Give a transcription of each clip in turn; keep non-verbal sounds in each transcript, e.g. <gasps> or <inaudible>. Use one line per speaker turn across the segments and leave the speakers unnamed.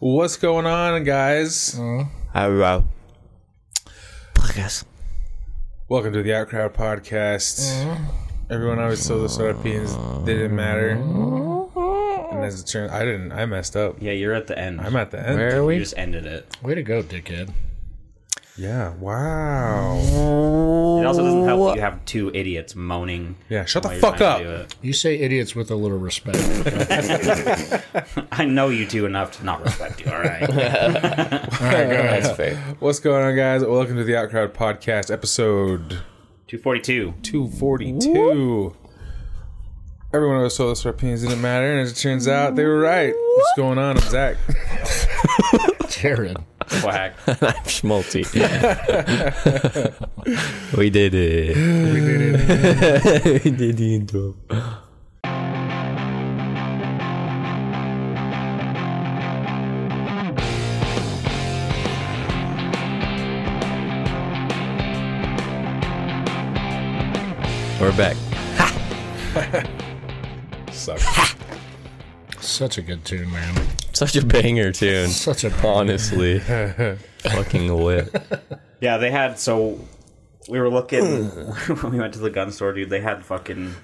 What's going on, guys?
Hello.
<laughs>
Podcast.
Welcome to the Out Crowd Podcast. Everyone always told us our opinions didn't matter. And as it turns I didn't. I messed up.
Yeah, you're at the end.
I'm at the end.
Where are
you
we?
just ended it.
Way to go, dickhead.
Yeah. Wow.
It also doesn't help that you have two idiots moaning.
Yeah, shut the
while you're
fuck
trying to
up.
do
You say idiots with a little respect. <laughs>
it. I know you two enough to not respect you. All right.
That's fair. <laughs>
What's going on, guys? Welcome to the Out Crowd Podcast, episode
Two forty-two.
242. Everyone always told us our opinions didn't matter, and as it turns out, they were right. What's going on? I'm Zach.
Jared.
Quack.
I'm Schmalti. <laughs> we did it.
We did
<laughs>
it.
we did the intro. We're
<laughs>
back.
Sucks.
Such a good tune, man.
Such a banger tune.
Such a
Honestly, fucking lit.
Yeah, they had so we were looking <laughs> when we went to the gun store, dude. They had fucking.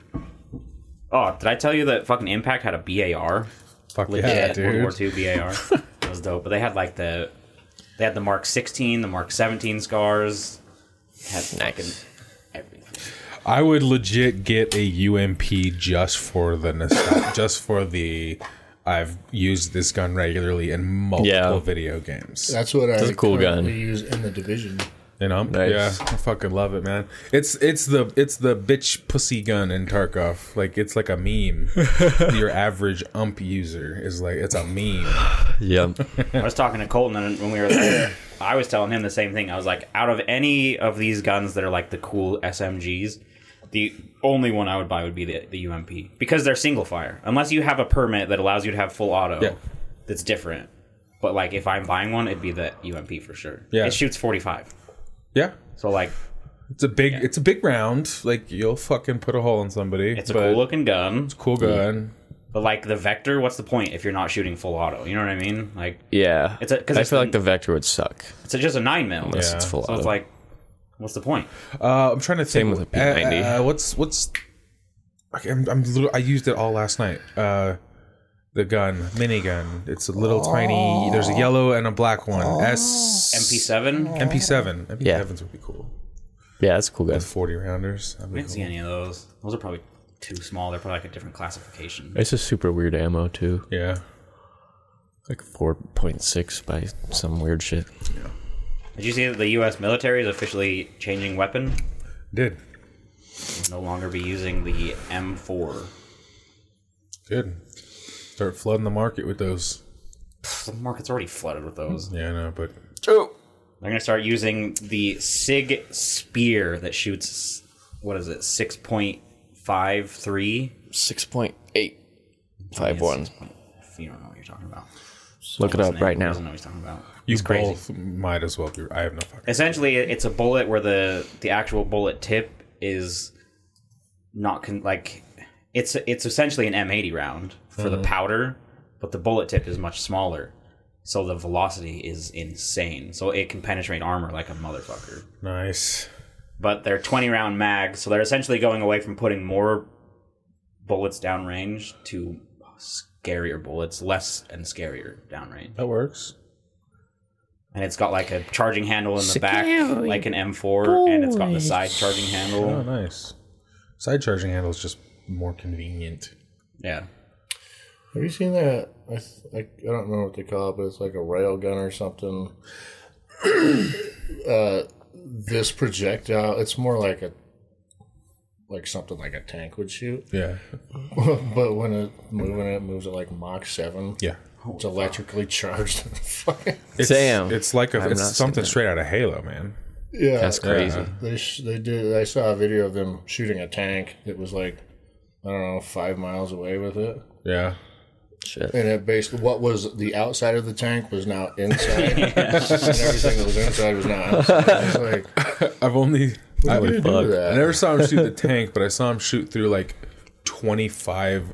Oh, did I tell you that fucking Impact had a BAR?
Fuck yeah,
Legit World War
dude. <laughs>
II BAR. that was dope. But they had like the they had the Mark 16, the Mark 17 scars. Had fucking everything.
I would legit get a UMP just for the nostal- <laughs> just for the. I've used this gun regularly in multiple
Yeah.
video games.
That's what I
a cool
currently
gun.
use in the division.
You know,
Nice.
yeah, I fucking love it, man. It's it's the it's the bitch pussy gun in Tarkov. Like it's like a meme. Your average ump user is like it's a meme.
Yep.
I was talking to Colton and when we
<coughs>
were there, I was telling him the same thing. I was like, out of any of these guns that are like the cool SMGs, the only one I would buy would be the, the UMP because they're single fire. Unless you have a permit that allows you to have full auto,
Yeah.
that's different. But like, if I'm buying one, it'd be the UMP for sure.
Yeah.
it shoots 45.
Yeah,
So like,
it's a big it's a big round. Like you'll fucking put a hole in somebody.
it's a
but
cool looking gun.
cool gun.
But like the Vector, what's the point if you're not shooting full auto? You know what I mean? Like,
Yeah.
It's a- 'cause
I
it's
feel
the-
like the Vector would suck.
it's just a nine mil.
Unless
Yeah.
it's full
So
auto.
it's like, what's the point?
Uh, I'm trying to
Same
think.
with a P90.
Uh, uh, what's what's? okay, I'm, I'm little, I used it all last night. Uh, the gun, minigun. It's a little tiny. There's a yellow and a black one. S
MP7.
MP7. MP7s
Yeah.
would be cool.
yeah, that's a cool guy.
40 rounders. That'd be
I didn't see any of those. Those are probably too small. They're probably like a different classification.
It's a super weird ammo too.
cool. Yeah.
Like 4.6 by some weird shit.
Did you see that the U.S. military is officially changing weapon?
Did.
Will no longer be using the M4.
Good. Start flooding the market with those.
Pff, The market's already flooded with
Mm-hmm.
those.
Yeah, I know, but
They're gonna start using the Sig Spear that shoots what is it, six point five three?
6.851.
You don't know what you're talking about.
Look it up right
He Doesn't
now.
know what he's talking about.
you
It's crazy.
both might as well be. I have no fucking.
essentially it- it's a bullet where the the actual bullet tip is not con- like it's it's essentially an M80 round for the powder, but the bullet tip is much smaller. So the velocity is insane. So it can penetrate armor like a motherfucker.
Nice.
But they're 20 round mags, so they're essentially going away from putting more bullets downrange to scarier bullets, less and scarier downrange
That works.
and it's got like a charging handle in the back, like an M4, and it's got the side charging
Oh,
handle.
nice. Side charging handle is just more convenient.
Yeah,
Have you seen that? I, th- I, I don't remember what they call it, but it's like a rail gun or something. <coughs> uh, this projectile, it's more like a like something like a tank would shoot, <laughs>
Yeah.
but when it moving, it moves at like Mach seven.
Yeah.
It's electrically charged. <laughs> Fucking-
It's,
Damn.
It's like a,
I've
it's
not seen
something
that.
straight out of Halo, man.
yeah,
That's crazy.
They sh- they did. I saw a video of them shooting a tank that was like I don't know five miles away with it,
Yeah.
Shit.
and it basically what was the outside of the tank was now inside, and everything that was inside was now outside. It's like
I've only I,
how do you do
fuck.
I
that?
never saw him shoot the tank, but I saw him shoot through like 25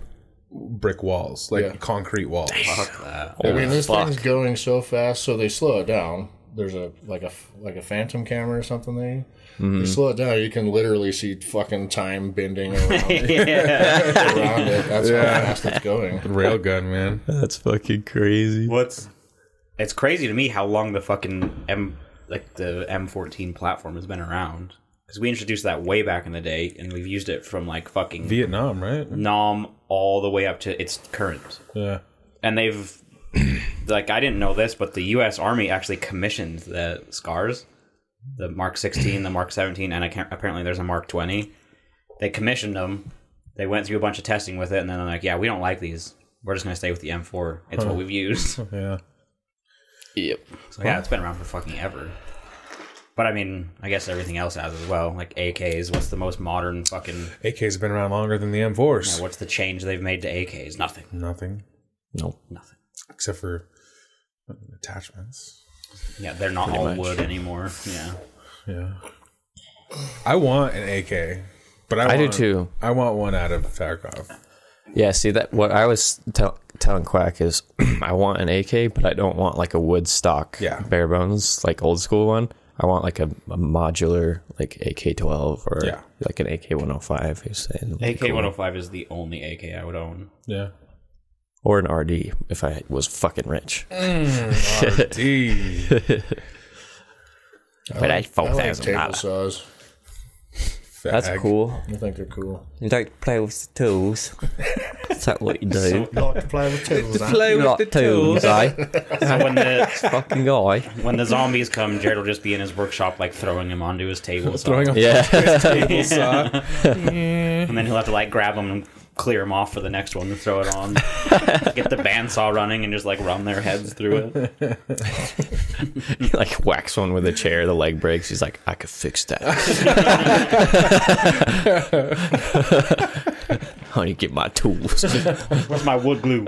brick walls, like
Yeah.
concrete walls.
Fuck that.
I mean, this
fuck.
thing's going so fast, so they slow it down. There's a like a like a phantom camera or something. They you
Mm-hmm.
slow it down, you can literally see fucking time bending around, around it. That's how fast it's going.
Railgun, man.
That's fucking crazy.
What's? It's crazy to me how long the fucking M, like the M14 platform has been around. Because we introduced that way back in the day, and we've used it from like
<laughs>
fucking
Vietnam, right?
Nom all the way up to its current.
Yeah.
and they've <clears throat> like I didn't know this, but the U.S. Army actually commissioned the scars, the Mark 16, the Mark 17, and I can't, apparently there's a Mark 20. They commissioned them. They went through a bunch of testing with it, and then they're like, "Yeah, we don't like these. We're just gonna stay with the M4. It's what we've used."
Yeah.
Yep.
So yeah, it's been around for fucking ever. But I mean, I guess everything else has as well. Like AKs, what's the most modern fucking?
AK's been around longer than the M4s.
What's the change they've made to AKs? Nothing.
Nothing
Nope.
Nothing.
except for attachments.
Yeah, they're not all wood anymore. Yeah.
Yeah. I want an AK, but I,
I do
want-
too.
I want one out of Tarkov.
Yeah, see that what I was tell, telling Quack is <clears throat> I want an AK, but I don't want like a wood stock,
Yeah.
bare bones, like old school one. I want like a, a modular, like AK twelve or
Yeah.
like an AK one hundred five. You're saying
AK 105 is the only AK I would own.
<laughs>
Yeah.
or an RD if I was fucking rich.
D.
but I
I
four
like
thousand
table
dollars.
saws.
That's
Fag.
cool.
I think they're cool.
You like play with the tools. That's not what you do.
I like to play
<laughs>
with tables. <laughs> huh?
you like tools, eh?
So
<laughs>
when the
fucking guy.
when
<laughs>
the zombies come, Jared will just be in his workshop, like throwing him onto his table, so-
Throwing a
Yeah.
table saw.
and then he'll have to like grab him and clear him off for the next one and throw
<laughs>
it on. Get the bandsaw running and just like run their heads through it.
like whacks one with a chair, the leg breaks. He's like, I could fix that. <laughs> I need to get my tools. <laughs>
Where's my wood glue?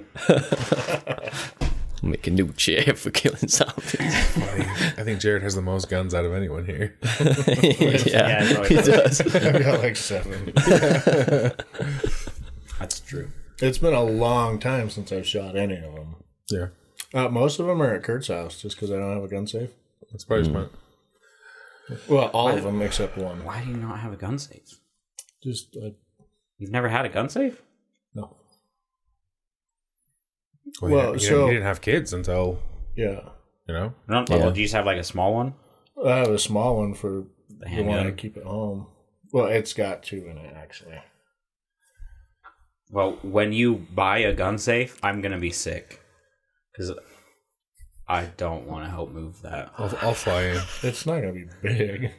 Make a new chair for killing zombies. <laughs>
I think Jared has the most guns out of anyone here.
<laughs> yeah,
Yeah,
he
probably.
does.
I've got like seven.
That's true.
It's been a long time since I've shot any of them.
Yeah.
Uh, most of them are at Kurt's house, just because I don't have a gun safe.
That's probably smart.
Well, all of them except one.
Why do you not have a gun safe?
Just uh,
You've never had a gun safe?
no.
Well, you
Well,
didn't- you,
so-
didn't, you didn't have kids until,
Yeah.
you know?
No, well, do you just have like a small one?
I have a small one for the, one I
handgun.
keep at home. Well, it's got two in it actually.
Well, when you buy a gun safe, I'm gonna be sick because I don't want to help move that.
Oh,
I'll, I'll fly in.
It's not gonna be big.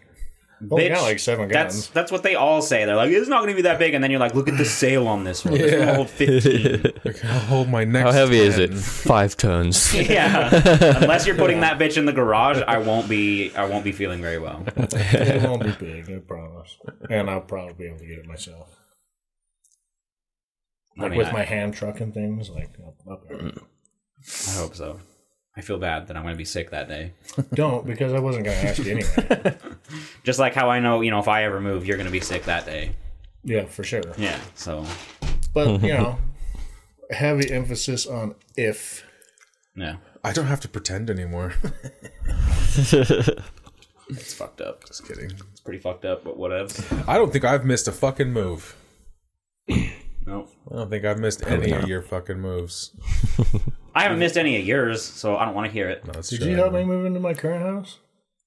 Only got like seven
That's
guns.
that's what they all say. They're like, it's not going to be that big, and then you're like, look <laughs> at the sale on this one. This will hold <laughs> fifteen.
Okay, I'll hold my next.
How heavy is it?
10.
Five tons.
yeah. Unless you're putting that bitch in the garage, I won't be. I won't be feeling very <laughs> well.
it won't be big, I promise. And I'll probably be able to get it myself.
I
Like
mean,
with
I,
my hand truck and things, like I'll- I'll-
I hope so. I feel bad that I'm going to be sick that day.
don't because I wasn't gonna ask
<laughs>
you anyway.
Just like how I know, you know, if I ever move, you're going to be sick that day.
yeah, for sure.
Yeah. So
But you know, heavy emphasis on if.
yeah,
I don't have to pretend anymore. <laughs>
it's fucked up. It's
Just kidding.
pretty fucked up, but whatevs.
I don't think I've missed a fucking move.
No.
I don't think I've missed any of your fucking moves.
I haven't missed any of yours, so I don't want to hear it.
That's
Did
true.
you help me move into my current house?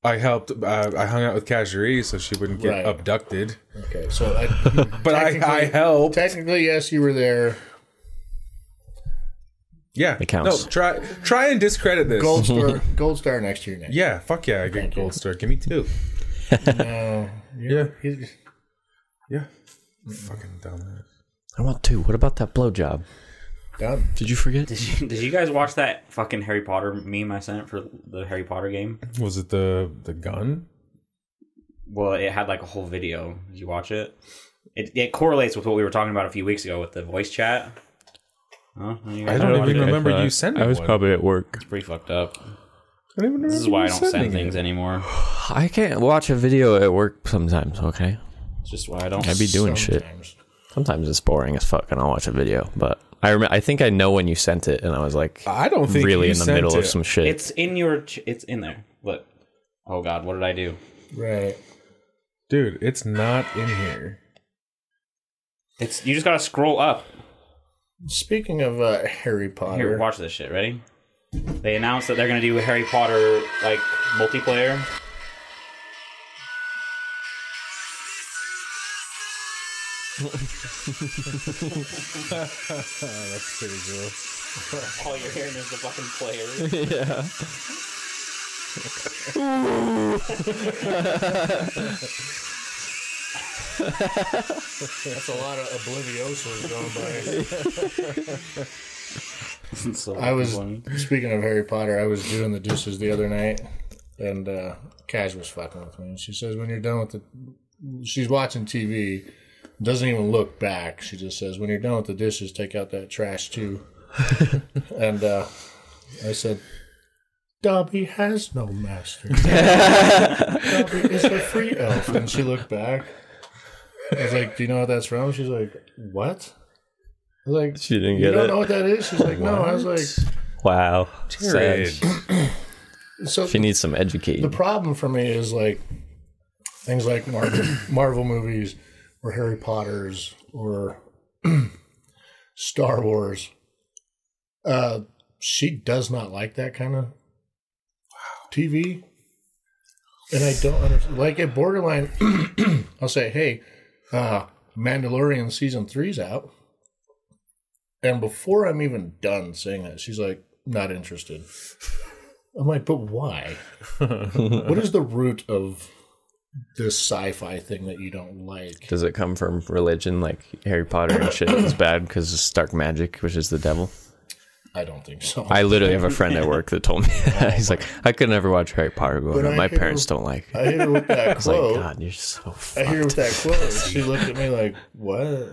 I helped. Uh, I hung out with Kashiri so she wouldn't get
Right.
abducted.
Okay, so I,
But I, I
Technically-
helped.
technically yes, you were there.
Yeah, it
counts.
No, try try and discredit this.
Gold star, gold star next to your name.
Yeah, fuck yeah, I get gold star. Give me two.
<laughs> No,
Yeah,
he's-
yeah. Fucking dumbass.
I want two. What about that blowjob?
done.
Did you forget?
Did you, <laughs> did you guys watch that fucking Harry Potter meme I sent for the Harry Potter game?
Was it the the gun?
Well, it had like a whole video. Did you watch it? It, it correlates with what we were talking about a few weeks ago with the voice chat. Huh? You guys
I don't uh,
watch
even
it?
remember you sending
I was
one.
probably at work.
It's pretty fucked up.
I don't even remember
This is why I
you
don't send
sending
things
it.
anymore.
I can't watch a video at work sometimes, okay?
It's just why I don't.
I'd be doing shit.
Sometimes.
Sometimes it's boring as fuck and I'll watch a video, but I remember. I think I know when you sent it, and I was like,
I don't think
really
you
in the
sent
middle
it.
of some shit.
<laughs> It's in your. Ch- it's in there. Look. Oh God, what did I do?
Right.
dude. It's not in here.
It's you just gotta scroll up.
Speaking of uh, Harry Potter,
Here, watch this shit. Ready? They announced that they're gonna do Harry Potter like multiplayer.
That's pretty cool.
All you're hearing is the fucking players.
yeah.
that's a lot of obliviosos going by. I was speaking of Harry Potter. I was doing the deuces the other night, and uh, Cash was fucking with me. And she says, "When you're done with the," she's watching TV, doesn't even look back. She just says, "When you're done with the dishes, take out that trash too." and uh, I said, "Dobby has no master. Dobby is a free elf." And she looked back. I was like, "Do you know what that's from?" She's like, "What?" I was like,
She didn't
you
get
don't
it.
know what that is? She's like, no. I was like,
Wow.
Red.
Sad.
so
She needs some
the
educating.
problem for me is like things like Marvel, Marvel movies or Harry Potter's or <clears throat> Star Wars. Uh, she does not like that kind of TV. And I don't understand. Like at Borderline, I'll say, hey, uh, Mandalorian season three's out. And before I'm even done saying that, she's like, not interested. I'm like,
<laughs>
but why? what is the root of this sci-fi thing that you don't like?
Does it come from religion, like Harry Potter and shit is bad because it's dark magic, which is the devil?
I don't think so.
I literally have a friend at work that told me <laughs> that. He's like, I could never watch Harry Potter growing
But
up.
I
My
hear-
parents don't like it.
I hit her
<laughs>
with that
It's like,
quote.
God, you're so
I hit her with
fucked.
that quote. and She looked at me like, "What?" I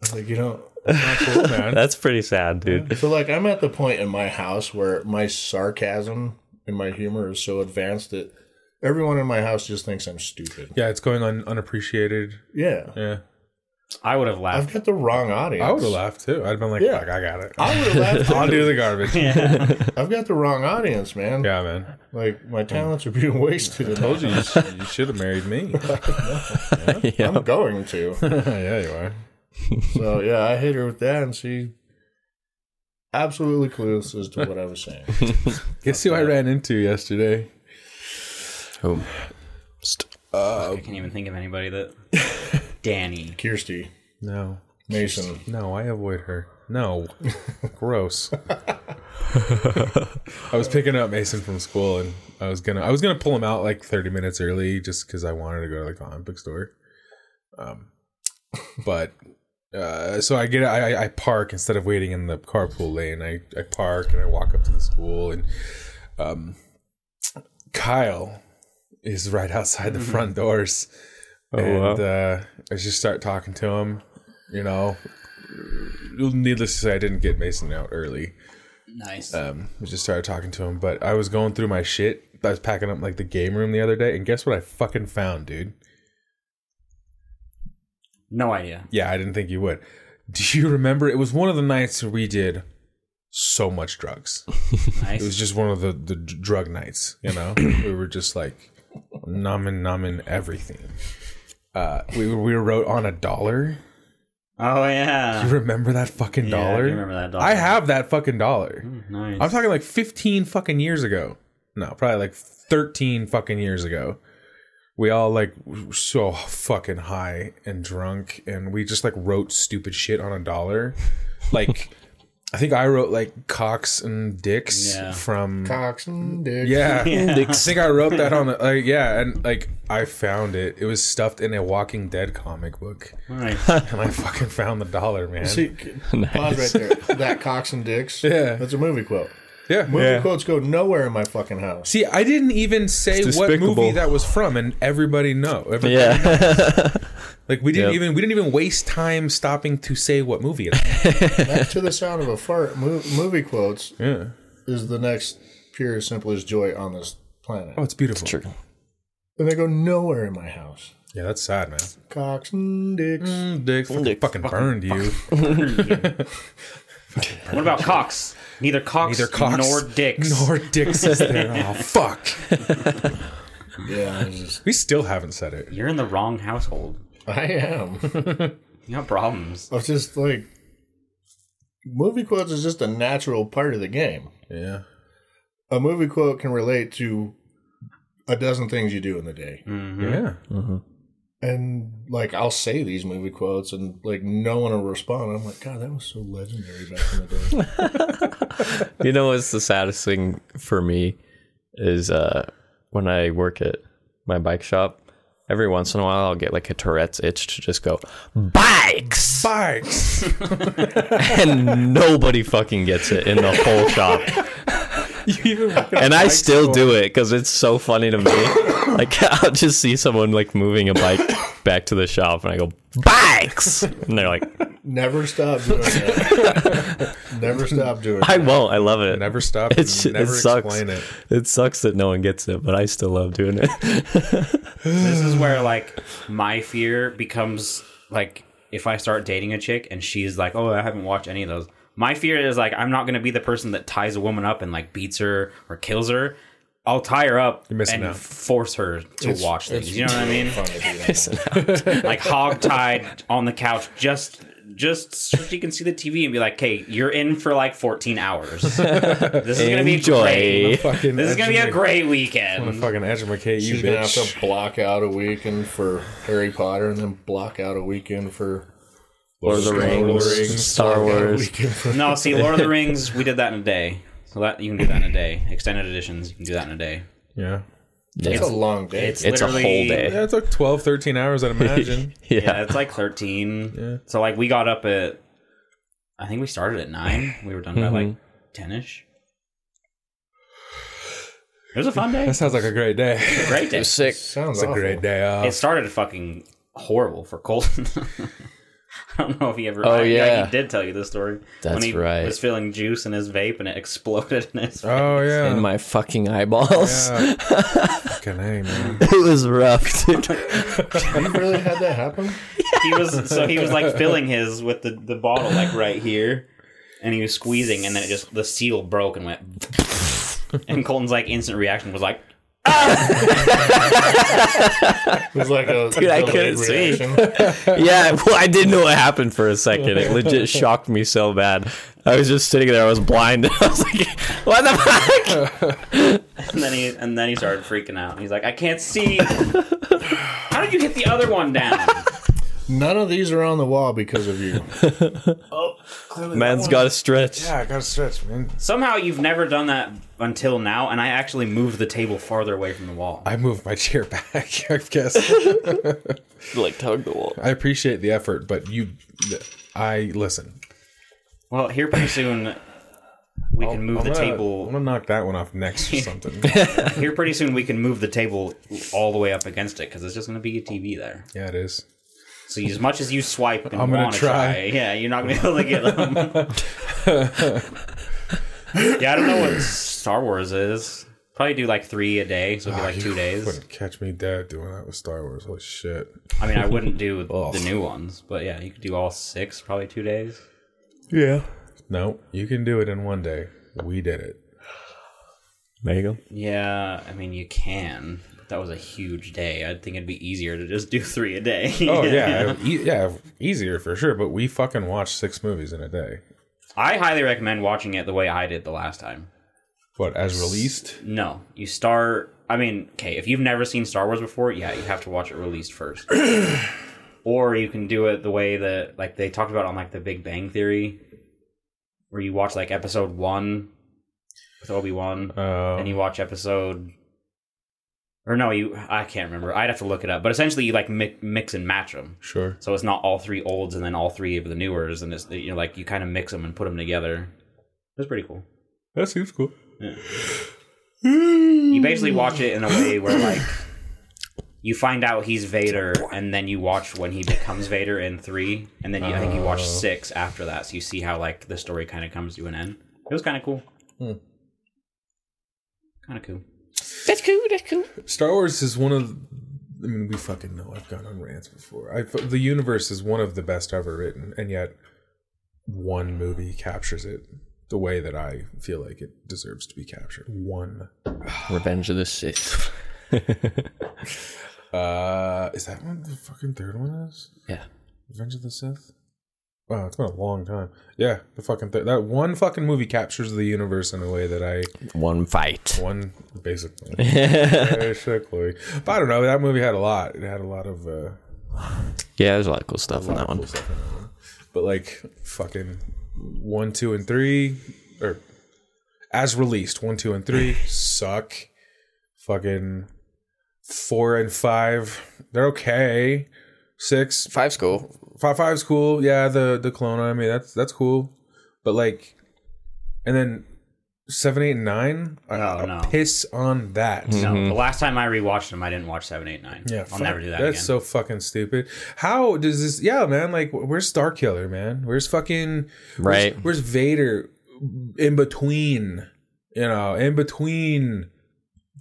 was like, "You know."
Cool, man.
That's pretty sad, dude.
So like, I'm at the point in my house where my sarcasm and my humor is so advanced that everyone in my house just thinks I'm stupid.
<clears throat> Yeah, it's going un- unappreciated.
Yeah,
Yeah,
I would have
I've
laughed.
got the wrong audience.
I would have laughed too. I'd been like,
Yeah.
"Fuck, I got it.
I would
<laughs>
have laughed.
I'll do the <laughs> garbage." Yeah,
I've got the wrong audience, man.
man.
Like my talents are being <laughs> wasted. in
Told you you, sh- you should have married <laughs> me.
Yeah.
I'm
<laughs>
going to.
yeah, you are.
So yeah, I hit her with that, and she absolutely clueless as to what I
<laughs>
was saying.
Guess who I ran into yesterday?
Oh. St-
I can't even think of anybody that.
<laughs>
Danny.
Kirsty
No,
Mason.
no, I avoid her. <laughs> No, gross. I was picking up Mason from school, and I was gonna, I was gonna pull him out like thirty minutes early, just because I wanted to go to the comic book store. Um, but uh, so I get, I, I- I park instead of waiting in the carpool lane. I, I park and I walk up to the school, and um, Kyle is right outside the front doors, and uh, I just start talking to him. You know, needless to say, I didn't get Mason out early
Nice.
um, we just started talking to him. But I was going through my shit. I was packing up like the game room the other day, and guess what I fucking found, dude?
no idea.
Yeah, I didn't think you would. <laughs> Do you remember? It was one of the nights we did so much drugs. It was
Nice.
just one of the the d- drug nights. You
<clears throat>
know, we were just like numbing, numbing everything. Uh, we were we wrote on a dollar.
Oh
You
yeah.
remember that fucking
Yeah, I do
dollar?
remember that dollar. Hmm,
I have that fucking dollar.
Nice.
I'm talking like 15 fucking years ago. No, probably like 13 fucking years ago. We all like were so fucking high and drunk, and we just like wrote stupid shit on a dollar. Like, <laughs> I think I wrote like cocks and dicks
Yeah.
from
Cox and
<laughs>
Dick.
yeah. I think I wrote that on the like yeah, and like I found it. It was stuffed in a Walking Dead comic book, <laughs>
Nice.
and I fucking found the dollar, man.
See,
<laughs>
pause right there. That Cox and Dicks.
Yeah.
that's a movie quote.
yeah,
Movie quotes go nowhere in my fucking house.
See, I didn't even say
It's
what
despicable.
movie that was from, and everybody know. Everybody,
yeah.
Like we didn't
Yep.
even we didn't even waste time stopping to say what movie. It was. <laughs>
Next to the sound of a fart, mo- movie quotes
yeah.
is the next pure simplest joy on this planet,
Oh, it's beautiful.
True.
and they go nowhere in my house.
Yeah, that's sad, man.
Cocks and dicks.
Mm, dick fucking,
Dick.
fucking burned you.
What about cocks? Neither cocks,
Neither cocks
nor
<laughs>
dicks.
Nor dicks is there. oh fuck.
Yeah, it's just-
We still haven't said it.
You're in the wrong household.
I am. <laughs>
You have problems.
I'm just like movie quotes is just a natural part of the game.
Yeah.
A movie quote can relate to a dozen things you do in the day.
Mm. Yeah.
And like I'll say these movie quotes and like no one will respond. I'm like, God, that was so legendary back in the day.
You know what's the saddest thing for me is uh, when I work at my bike shop. Every once in a while, I'll get like a Tourette's itch to just go
<laughs>
bikes,
Bikes.
and nobody fucking gets it in the whole shop. and I still do it because it's so funny to me. Like <laughs> I'll just see someone like moving a bike back to the shop, and I go bikes, and they're like,
Never stop
<laughs>
doing that. Never stop doing
"I
that.
won't. I love
<laughs>
it.
Never stop. and
It's- it
never
sucks.
explain it.
It sucks that no one gets it, but I still love doing it."
This is where like my fear becomes like if I start dating a chick and she's like, "Oh, I haven't watched any of those." My fear is like I'm not going to be the person that ties a woman up and like beats her or kills her. I'll tie her up
missing
and
out.
force her to watch things.
it's
You know what I mean?
Fun to do that.
like hog tied on the couch just just so she can see the TV and be like, "Okay, you're in for like 14 hours. This
<laughs>
is going to be
Enjoy.
great.
Fucking
This is going to be a
Edge
great
of-
weekend."
Fucking Edge of McKay, you
She's gonna have
E, bitch.
to block out a weekend for Harry Potter, and then block out a weekend for
Lord of the
Star
Rings,
Wars.
Star
block out a
Wars.
weekend for-
No, see, Lord of the Rings, we did that in a day. So that you can do that in a day. Extended editions, you can do that in a day.
Yeah.
It's a long day.
It's,
It's a whole
literally,
day.
Yeah, it took 12, 13 hours, I'd imagine.
<laughs> Yeah.
Yeah, it's like 13. So like we got up at, I think we started at nine. We were done by like
Mm-hmm.
10 ish. It was a fun day.
that sounds like a great day.
<laughs> Great day.
sick.
Sounds
It's a
awful.
great day off.
Oh.
It started fucking horrible for Colton. <laughs> I don't know if he ever.
Oh,
I-
yeah.
he did tell you this story.
That's
when he
right.
Was filling juice in his vape and it <laughs> exploded in his. vape.
oh, yeah.
In my fucking eyeballs.
<laughs> yeah. Fucking A, man.
<laughs> it was <laughs> rough, dude.
You really had that happen?
he was so he was
<laughs>
like filling his with the the bottle like right here, and he was squeezing, and then it just the seal broke and went. <laughs> and Colton's like instant reaction was like,
It was like a
Dude, I couldn't
delayed
see.
reaction.
yeah, well, I didn't know what happened for a second. It <laughs> legit shocked me so bad. I was just sitting there. I was blind. <laughs> I was like, "What the fuck?"
and then he and then he started freaking out. He's like, I
<laughs>
can't see. How did you hit the other one down?
None of these are on the wall because of you.
Man's got to stretch.
Yeah, I gotta stretch, man.
Somehow you've never done that until now, and I actually moved the table farther away from the wall.
I moved my <laughs> chair back, I guess.
Like tug the wall.
I appreciate the effort, but you, I listen.
Well, here pretty soon we can move
I'm
the
gonna- I'm
table.
gonna knock that one off next or
<laughs>
something.
Here pretty soon we can move the table all the way up against it because it's just going to be a TV there.
yeah, it is.
So as much as you swipe and
gonna
want to
try.
try. yeah, you're not going to be able to get them.
<laughs>
yeah, I don't know what Star Wars is. Probably do like three a day, so it'd be like two days.
Ah, Wouldn't catch me dead doing that with Star Wars. Holy shit!
I mean, I
<laughs>
wouldn't do
Oh.
the new ones, but yeah, you could do all six, probably two days.
Yeah. No, you can do it in one day. We did
<laughs>
it.
There you go.
Yeah, I mean, you can. That was a huge day. I think it'd be easier to just do three a day. <laughs>
Oh yeah, e- yeah, easier for sure. But we fucking watched six movies in a day.
I highly recommend watching it the way I did the last time.
What as released?
No, you start. I mean, okay, if you've never seen Star Wars before, yeah, you have to watch it released first. or you can do it the way that, like, they talked about on, like, the Big Bang Theory, where you watch, like, episode one with Obi Wan,
Uh,
and you watch episode. Or no, you. I can't remember. I'd have to look it up. But essentially, you, like, mi- mix and match them.
sure.
So it's not all three olds and then all three of the newers, and it's you know like you kind of mix them and put them together. That's pretty cool.
That seems cool.
You basically watch it in a way where like you find out he's Vader, and then you watch when he becomes Vader in three, and then you, I think you
Oh.
watch six after that, so you see how like the story kind of comes to an end. It was kind of cool.
Hmm.
Kind of cool.
Star Wars is one of I mean, we fucking know I've gone on rants before. I, the universe is one of the best ever written, and yet one movie captures it the way that I feel like it deserves to be captured. One.
Revenge of the Sith.
Uh, is that what the fucking third one is?
Yeah.
Revenge of the Sith? Wow, it's been a long time. Yeah, the fucking third. That one fucking movie captures the universe in a way that I
One fight.
One
<laughs>
basically, basically. But I don't know. That movie had a lot. It had a lot of uh,
Yeah, there's a lot of cool stuff in that one.
but like fucking one, two, and three, or as released, one, two, and
<laughs>
three suck. Fucking four and five, they're okay. Six,
Five's cool.
five five's cool. Yeah, the the Kelowna. I mean, that's that's cool. But like, and then seven, eight, and nine. I,
Oh,
I
no.
piss on that.
No, the last time I rewatched them, I didn't watch seven, eight, nine.
Mm-hmm. Yeah,
I'll
fuck,
never do that
That's
again.
so fucking stupid. How does this? Yeah, man. Like, wh- where's Star Killer, man? Where's fucking
Right.
Where's, where's Vader? In between, you know, in between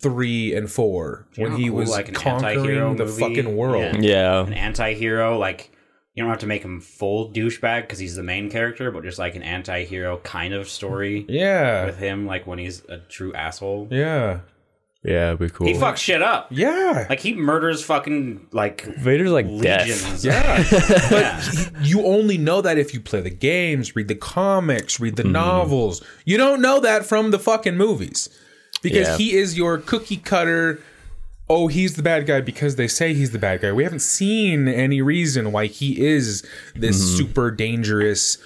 three and four, when
know
he
how cool,
was
Oh, like, an anti-hero
conquering the
movie?
fucking world.
Yeah. an
Yeah.
anti-hero like you don't have to make him full douchebag because he's the main character but just like an anti-hero kind of story
Yeah,
with him like when he's a true asshole
yeah,
Yeah, it'd be cool.
he fucks shit up
yeah.
like he murders fucking like
Vader's like death.
legions
yeah.
yeah.
you only know that if you play the games, read the comics, read the novels. You don't know that from the fucking movies because
Yeah.
he is your cookie cutter. Oh, he's the bad guy because they say he's the bad guy. We haven't seen any reason why he is this super dangerous,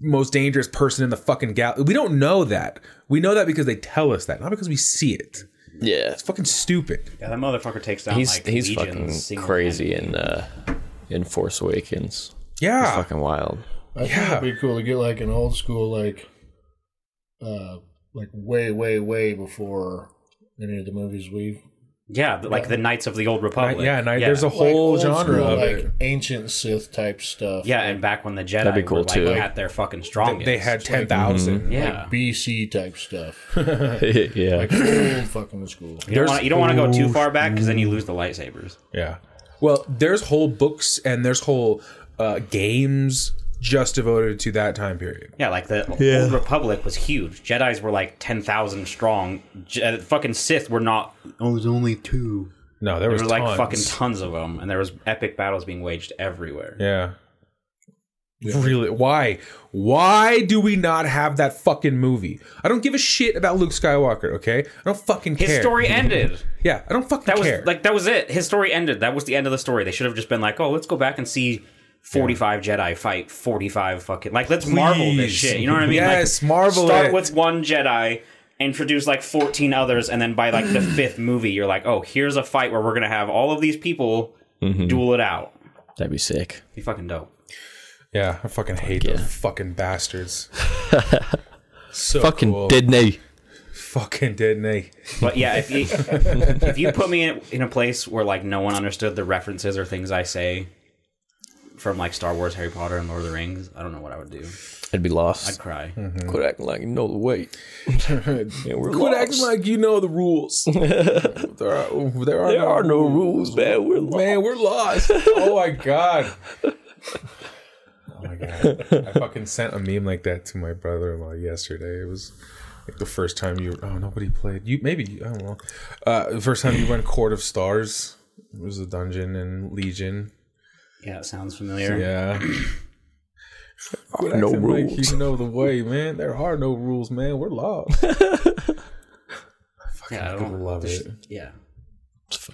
most dangerous person in the fucking galaxy. We don't know that. We know that because they tell us that, not because we see it.
Yeah.
It's fucking stupid.
Yeah, that motherfucker takes down
He's
like
he's
legions
fucking
single-handed.
crazy in uh in Force Awakens.
Yeah.
Fucking wild.
I think
Yeah.
it'd be cool to get like an old school like uh like way, way, way before any of the movies we've
yeah th- like the knights of the old republic
yeah, and I, there's a
like,
whole
old
genre
school,
of
like
it.
ancient Sith type stuff.
yeah and back when the jedi
That'd be cool,
were, like,
too.
at their fucking strongest
They had 10,000.
yeah
BC
<clears throat>
type stuff.
<laughs> yeah.
Like old fucking school.
you don't wanna- you don't want to go too far back because then you lose the lightsabers
Yeah. Well, there's whole books and there's whole uh, games just devoted to that time period.
Yeah, like the Old Republic was huge. Jedi's were like ten thousand strong. Je- fucking Sith were not. Oh, there's only two.
No, there was
There were like
tons.
fucking tons of them, and there was epic battles being waged everywhere.
yeah. Really? Why? Why do we not have that fucking movie? I don't give a shit about Luke Skywalker. Okay, I don't fucking
His
care.
story ended.
Yeah, I don't fucking
That was
care.
like that was it. His story ended. That was the end of the story. They should have just been like, oh, let's go back and see. 45 Jedi fight 45 fucking like let's marvel this
Please.
shit you know what I mean
Yes,
like,
marvel
start
it.
with one Jedi introduce like 14 others and then by like
<clears throat>
the fifth movie you're like oh here's a fight where we're gonna have all of these people
Mm-hmm.
duel it out
That'd be sick.
be fucking dope
yeah, I fucking hate
yeah.
those fucking bastards.
<laughs>
so
Fucking
cool.
Disney.
fucking didn't they?
But yeah,
<laughs>
if you if you put me in, in a place where like no one understood the references or things I say from like Star Wars, Harry Potter, and Lord of the Rings, I don't know what I would do.
I'd be
I'd
lost.
cry.
Hmm.
Quit acting like you know the way.
<laughs>
yeah, we're
Quit
lost.
acting like you know the
<laughs>
rules. there are, there are
there are no
rules.
rules, man. We're lost.
Man, we're lost. Oh my
<laughs>
god. Oh my god. I fucking sent a meme like that to my brother-in-law yesterday. It was like the first time you oh nobody played. You maybe I don't know. Uh the first time you went Court of Stars. It was a dungeon in Legion.
Yeah, it sounds familiar.
Yeah. Quit
No
acting like
rules.
you know the way, man. There are no rules, man. We're lost.
Yeah, I
I
don't,
love it.
yeah.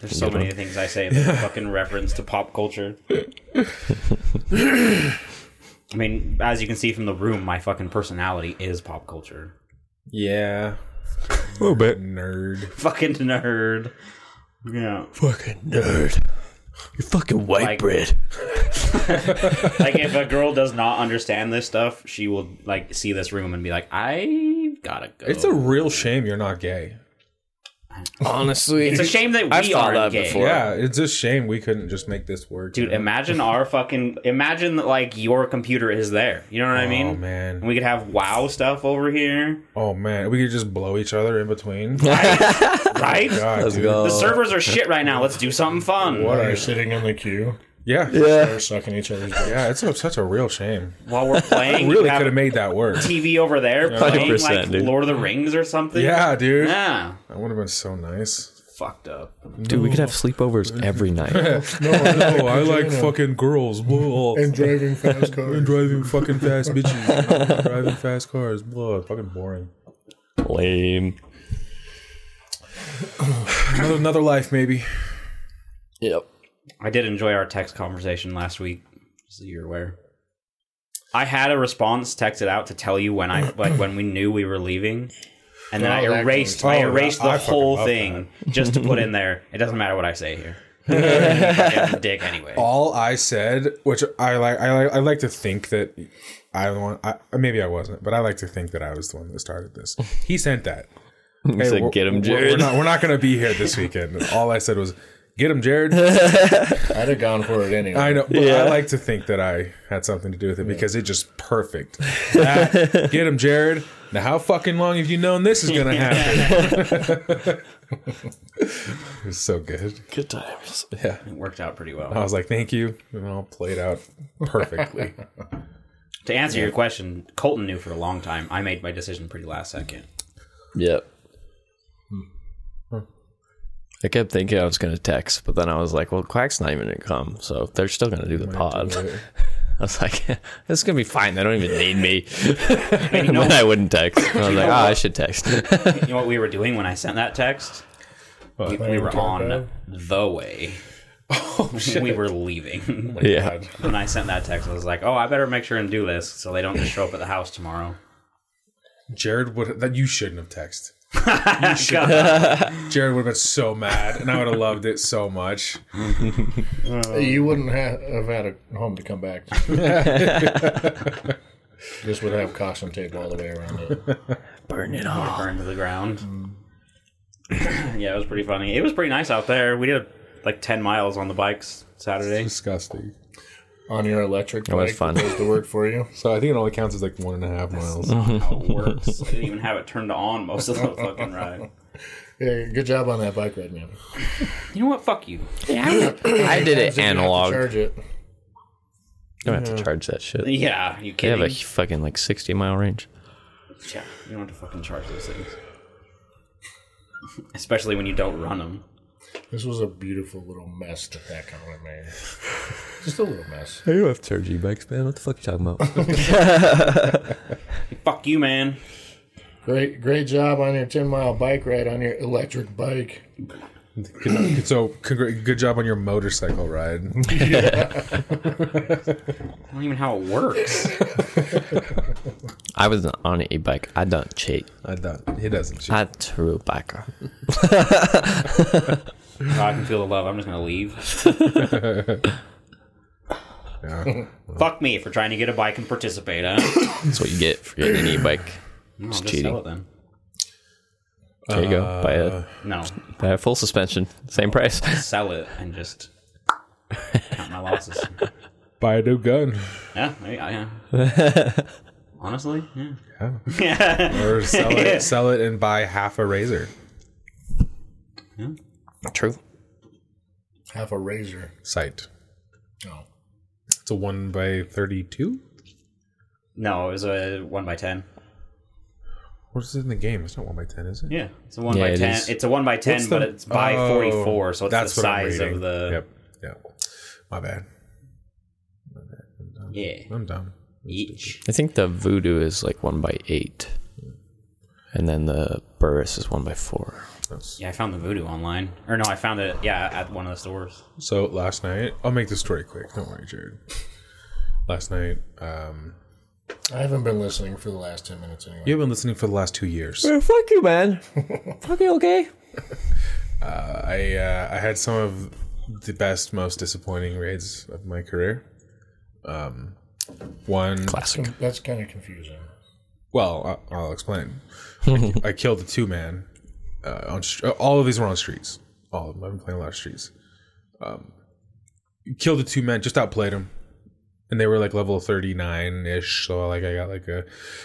There's so many things I
<laughs>
say that are fucking reference to pop culture. I mean, as you can see from the room, my fucking personality is pop culture. <laughs>
Yeah. A little bit nerd.
Fucking nerd. Yeah.
fucking nerd. You're fucking white
Like-
bread.
like if a girl does not understand this stuff, she will like see this room and be like, "I gotta go."
It's a real shame you're not gay.
<laughs>
Honestly,
It's a shame that we
I've thought that
aren't gay.
before.
Yeah, it's a shame we couldn't just make this work.
Dude, imagine our fucking imagine that like your computer is there. You know what I mean?
Oh man.
And we could have wow stuff over here.
oh man. We could just blow each other in between.
Right?
Oh God,
Let's
dude.
go.
The servers are shit right now. Let's do something fun.
What
You're
a-
sitting in the queue,
yeah.
Yeah.
they're sucking each other's dick.
Yeah, it's a, such a real shame. <laughs>
While we're playing,
Really
you have
could have made that work.
TV over there playing
100%,
like
dude.
Lord of the Rings or something.
Yeah, dude.
Yeah.
That would have been so nice.
Fucked up.
Dude, we could have sleepovers every
<laughs>
night.
No, no,
Oh, I like
Katrina.
fucking girls. Blah.
and driving fast
<laughs> And
cars.
driving fucking fast bitches. driving fast cars. Blah. Fucking boring.
Lame.
Another, another life, maybe.
Yep.
I did enjoy our text conversation last week, so you're aware. I had a response texted out to tell you when I like when we knew we were leaving. And then
Oh,
I
that
erased
goes-
I
oh,
erased
that-
the
I fucking
whole
love
thing just to put in there. It doesn't matter what I say here. <laughs> Goddamn dick anyway.
all I said, which I like, I like, I like to think that I want. I, maybe I wasn't, but I like to think that I was the one that started this. He sent that. He
<laughs> said, "Get him,
We're,
Jared."
not, we're not going to be here this weekend. All I said was, "Get him,
<laughs>
Jared."
I'd have gone for it anyway.
<laughs> I know, but
Yeah.
I like to think that I had something to do with it because it just perfect.
<laughs>
That, get him, Jared. Now, how fucking long have you known this is going to happen?
<laughs>
<laughs> it was so good.
Good times.
It worked out pretty well.
I was like, "Thank you," and it all played out
<laughs>
perfectly.
to answer your question, Colton knew for a long time. I made my decision pretty last second.
Yep. Hmm. I kept thinking I was gonna text, but then I was like, "Well, Quack's not even gonna come, so they're still gonna do the pod." <laughs> I was like, <laughs> "It's gonna be fine. They don't even need me." <laughs>
And you know
But I wouldn't text. I was like, "Ah, I should text." <laughs>
you know what we were doing when I sent that text? we, we were on the way. <laughs> We were
<laughs>
leaving.
yeah,
when I sent that text, I was like, "Oh, I better make sure and do this so they don't just show up at the house tomorrow." <laughs>
Jared would that you shouldn't have texted. You shouldn't have. Jared would have been so mad, and I would have loved it so much.
You wouldn't have, have had a home to
<laughs>
come back to. this would have caution tape all the way around it.
burn it all.
Burned to the ground. <clears throat> yeah, it was pretty funny. It was pretty nice out there. We did like ten miles on the bikes
<laughs> <laughs>
Saturday.
Disgusting.
On your electric bike.
was fun.
That does the work for you.
So I think it only counts as like one and a half miles.
How it works. I didn't even have it turned on most of the fucking ride.
Yeah, good job on that bike ride, man.
You know what? Fuck you.
I did it
You have to
analog.
Charge it.
You don't have to charge that shit.
Yeah, you
They have
kidding?
a fucking like sixty mile range.
yeah, you don't have to fucking charge those things, <laughs> especially when you don't run them.
This was a beautiful little mess that that comment made. Just a little mess.
I don't have to charge e-bikes, man. What the fuck are you talking about?
Fuck you, man.
Great, great job on your ten mile bike ride on your electric bike.
Good- so congra- good job on your motorcycle ride.
I don't even know how it
<laughs>
works.
I was on an e-bike. I don't cheat.
<laughs> I don't. He doesn't. cheat.
I true biker.
Oh, I can feel the love. I'm just
<laughs>
gonna leave.
Yeah.
Fuck me for trying to get a bike and participate. Huh?
That's what you get for getting an e-bike.
No,
It's
just sell
cheating.
it then.
There you go. Buy a
No,
buy a full suspension, same price.
sell it and just count my losses.
<laughs>
Buy a new gun.
Yeah, I, I, yeah.
<laughs>
Honestly, yeah.
Or sell it, sell it and buy half a razor.
<laughs> True.
Half a razor.
Sight. Oh.
No.
It's a one by thirty-two.
No, it was a one by ten.
What is it in the game? It's not one by ten, is it?
Yeah, it's a one
Yeah,
by
it
ten.
is.
It's a one by ten,
What's the-
but it's by
Oh,
forty-four, so it's the
what I'm
size
reading.
of the.
Yep. Yep. My bad.
Yeah,
I'm dumb.
each.
I think the voodoo is like one by eight, and then the Burris is one by four.
Yeah, I found the voodoo online, or no, I found it. Yeah, at one of the stores.
So last night, I'll make the story quick. Don't worry, Jared. Last night, um,
I haven't been listening for the last ten minutes anyway.
you've been listening for the last two years.
fuck
<laughs>
you, man. fuck you, okay?
I uh, I had some of the best, most disappointing raids of my career. Um, one,
Classic.
That's kind of confusing.
well, I- I'll explain. I, I killed a two man uh, on str- all of these were on streets. All of them. I've been playing a lot of streets. Um, killed the two men. Just outplayed them, and they were like level thirty nine ish. So like I got like a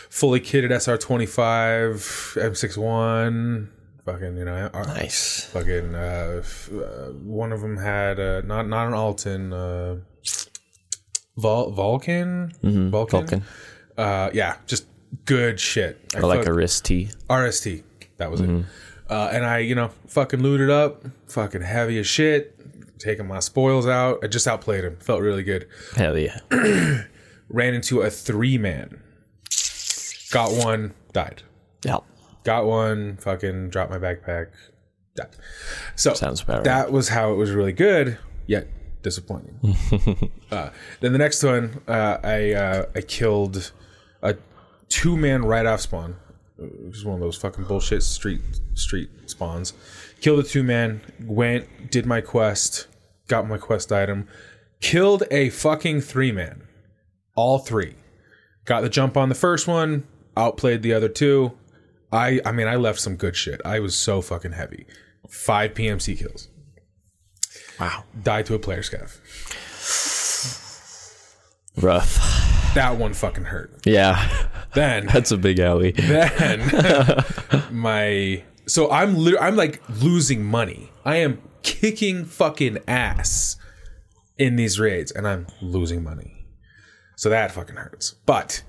fully kitted SR twenty five M six one. Fucking you know I- I-
Nice.
fucking uh, f- uh, one of them had uh, not not an Alton uh, Vol- Vulcan Vulcan,
Mm-hmm. Vulcan.
Uh, yeah just good shit I
Or like Mm-hmm.
fuck-
a wrist tee.
RST that was it uh, and I you know fucking looted up fucking heavy as shit taking my spoils out I just outplayed him felt really good
Hell yeah.
ran into a three man got one died
Yeah.
got one fucking dropped my backpack died so
Sounds about right.
that was how it was really good, yet disappointing.
<laughs>
uh, then the next one, uh, I uh, I killed a two man right off spawn. It was one of those fucking bullshit street street spawns. Killed a two man. Went did my quest. Got my quest item. Killed a fucking three man. All three. Got the jump on the first one. Outplayed the other two. I I mean I left some good shit. I was so fucking heavy. Five PMC kills
Wow.
die to a player scav.
Rough. <laughs>
That one fucking hurt.
Yeah.
Then,
That's a big alley.
then my so I'm lit- I'm like losing money. I am kicking fucking ass in these raids, and I'm losing money. So that fucking hurts. But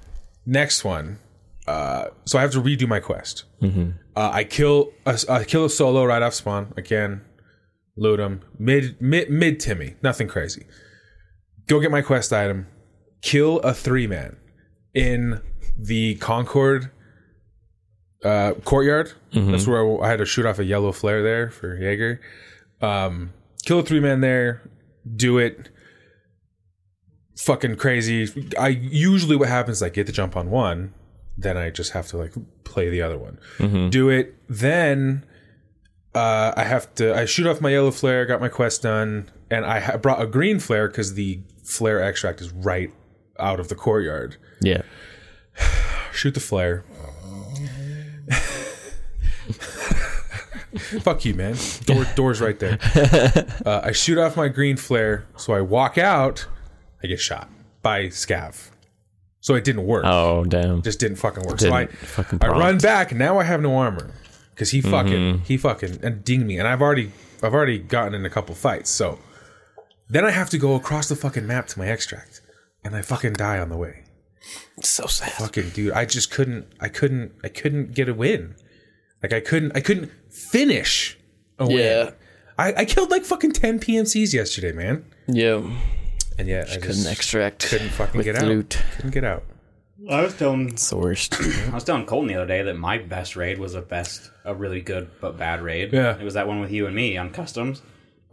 next one, uh, so I have to redo my quest. Uh, I kill a, I kill a solo right off spawn again. Loot him mid mid mid Timmy. Nothing crazy. Go get my quest item. Kill a three man in the Concord uh, courtyard. That's where I had to shoot off a yellow flare there for Jaeger. Um, kill a three man there. Do it. Fucking crazy. I usually what happens is I get the jump on one, then I just have to like play the other one. Do it. Then uh, I have to. I shoot off my yellow flare. Got my quest done, and I ha- brought a green flare because the flare extract is right out of the courtyard
Yeah.
shoot the flare. Fuck you, man. Door, door's right
<laughs>
there. Uh, I shoot off my green flare, so I walk out. I get shot by Scav. So it didn't work.
Oh damn.
Just didn't fucking work.
Didn't
so
fucking
I, I run
prompt. Mm-hmm.
back. and Now I have no armor because he fucking he fucking and dinged me, and I've already I've already gotten in a couple fights. So then I have to go across the fucking map to my extract, and I fucking die on the way
so sad.
fucking dude i just couldn't i couldn't i couldn't get a win like i couldn't i couldn't finish a win
Yeah.
I, I killed like fucking 10 pmcs yesterday man
Yeah.
and yeah i
Couldn't
just
extract.
couldn't fucking
with
get out
loot.
couldn't get out
I was telling
It's the <clears throat> worst.
I was telling Colton the other day that my best raid was a best, a really good but bad raid.
Yeah.
it was that one with you and me on customs.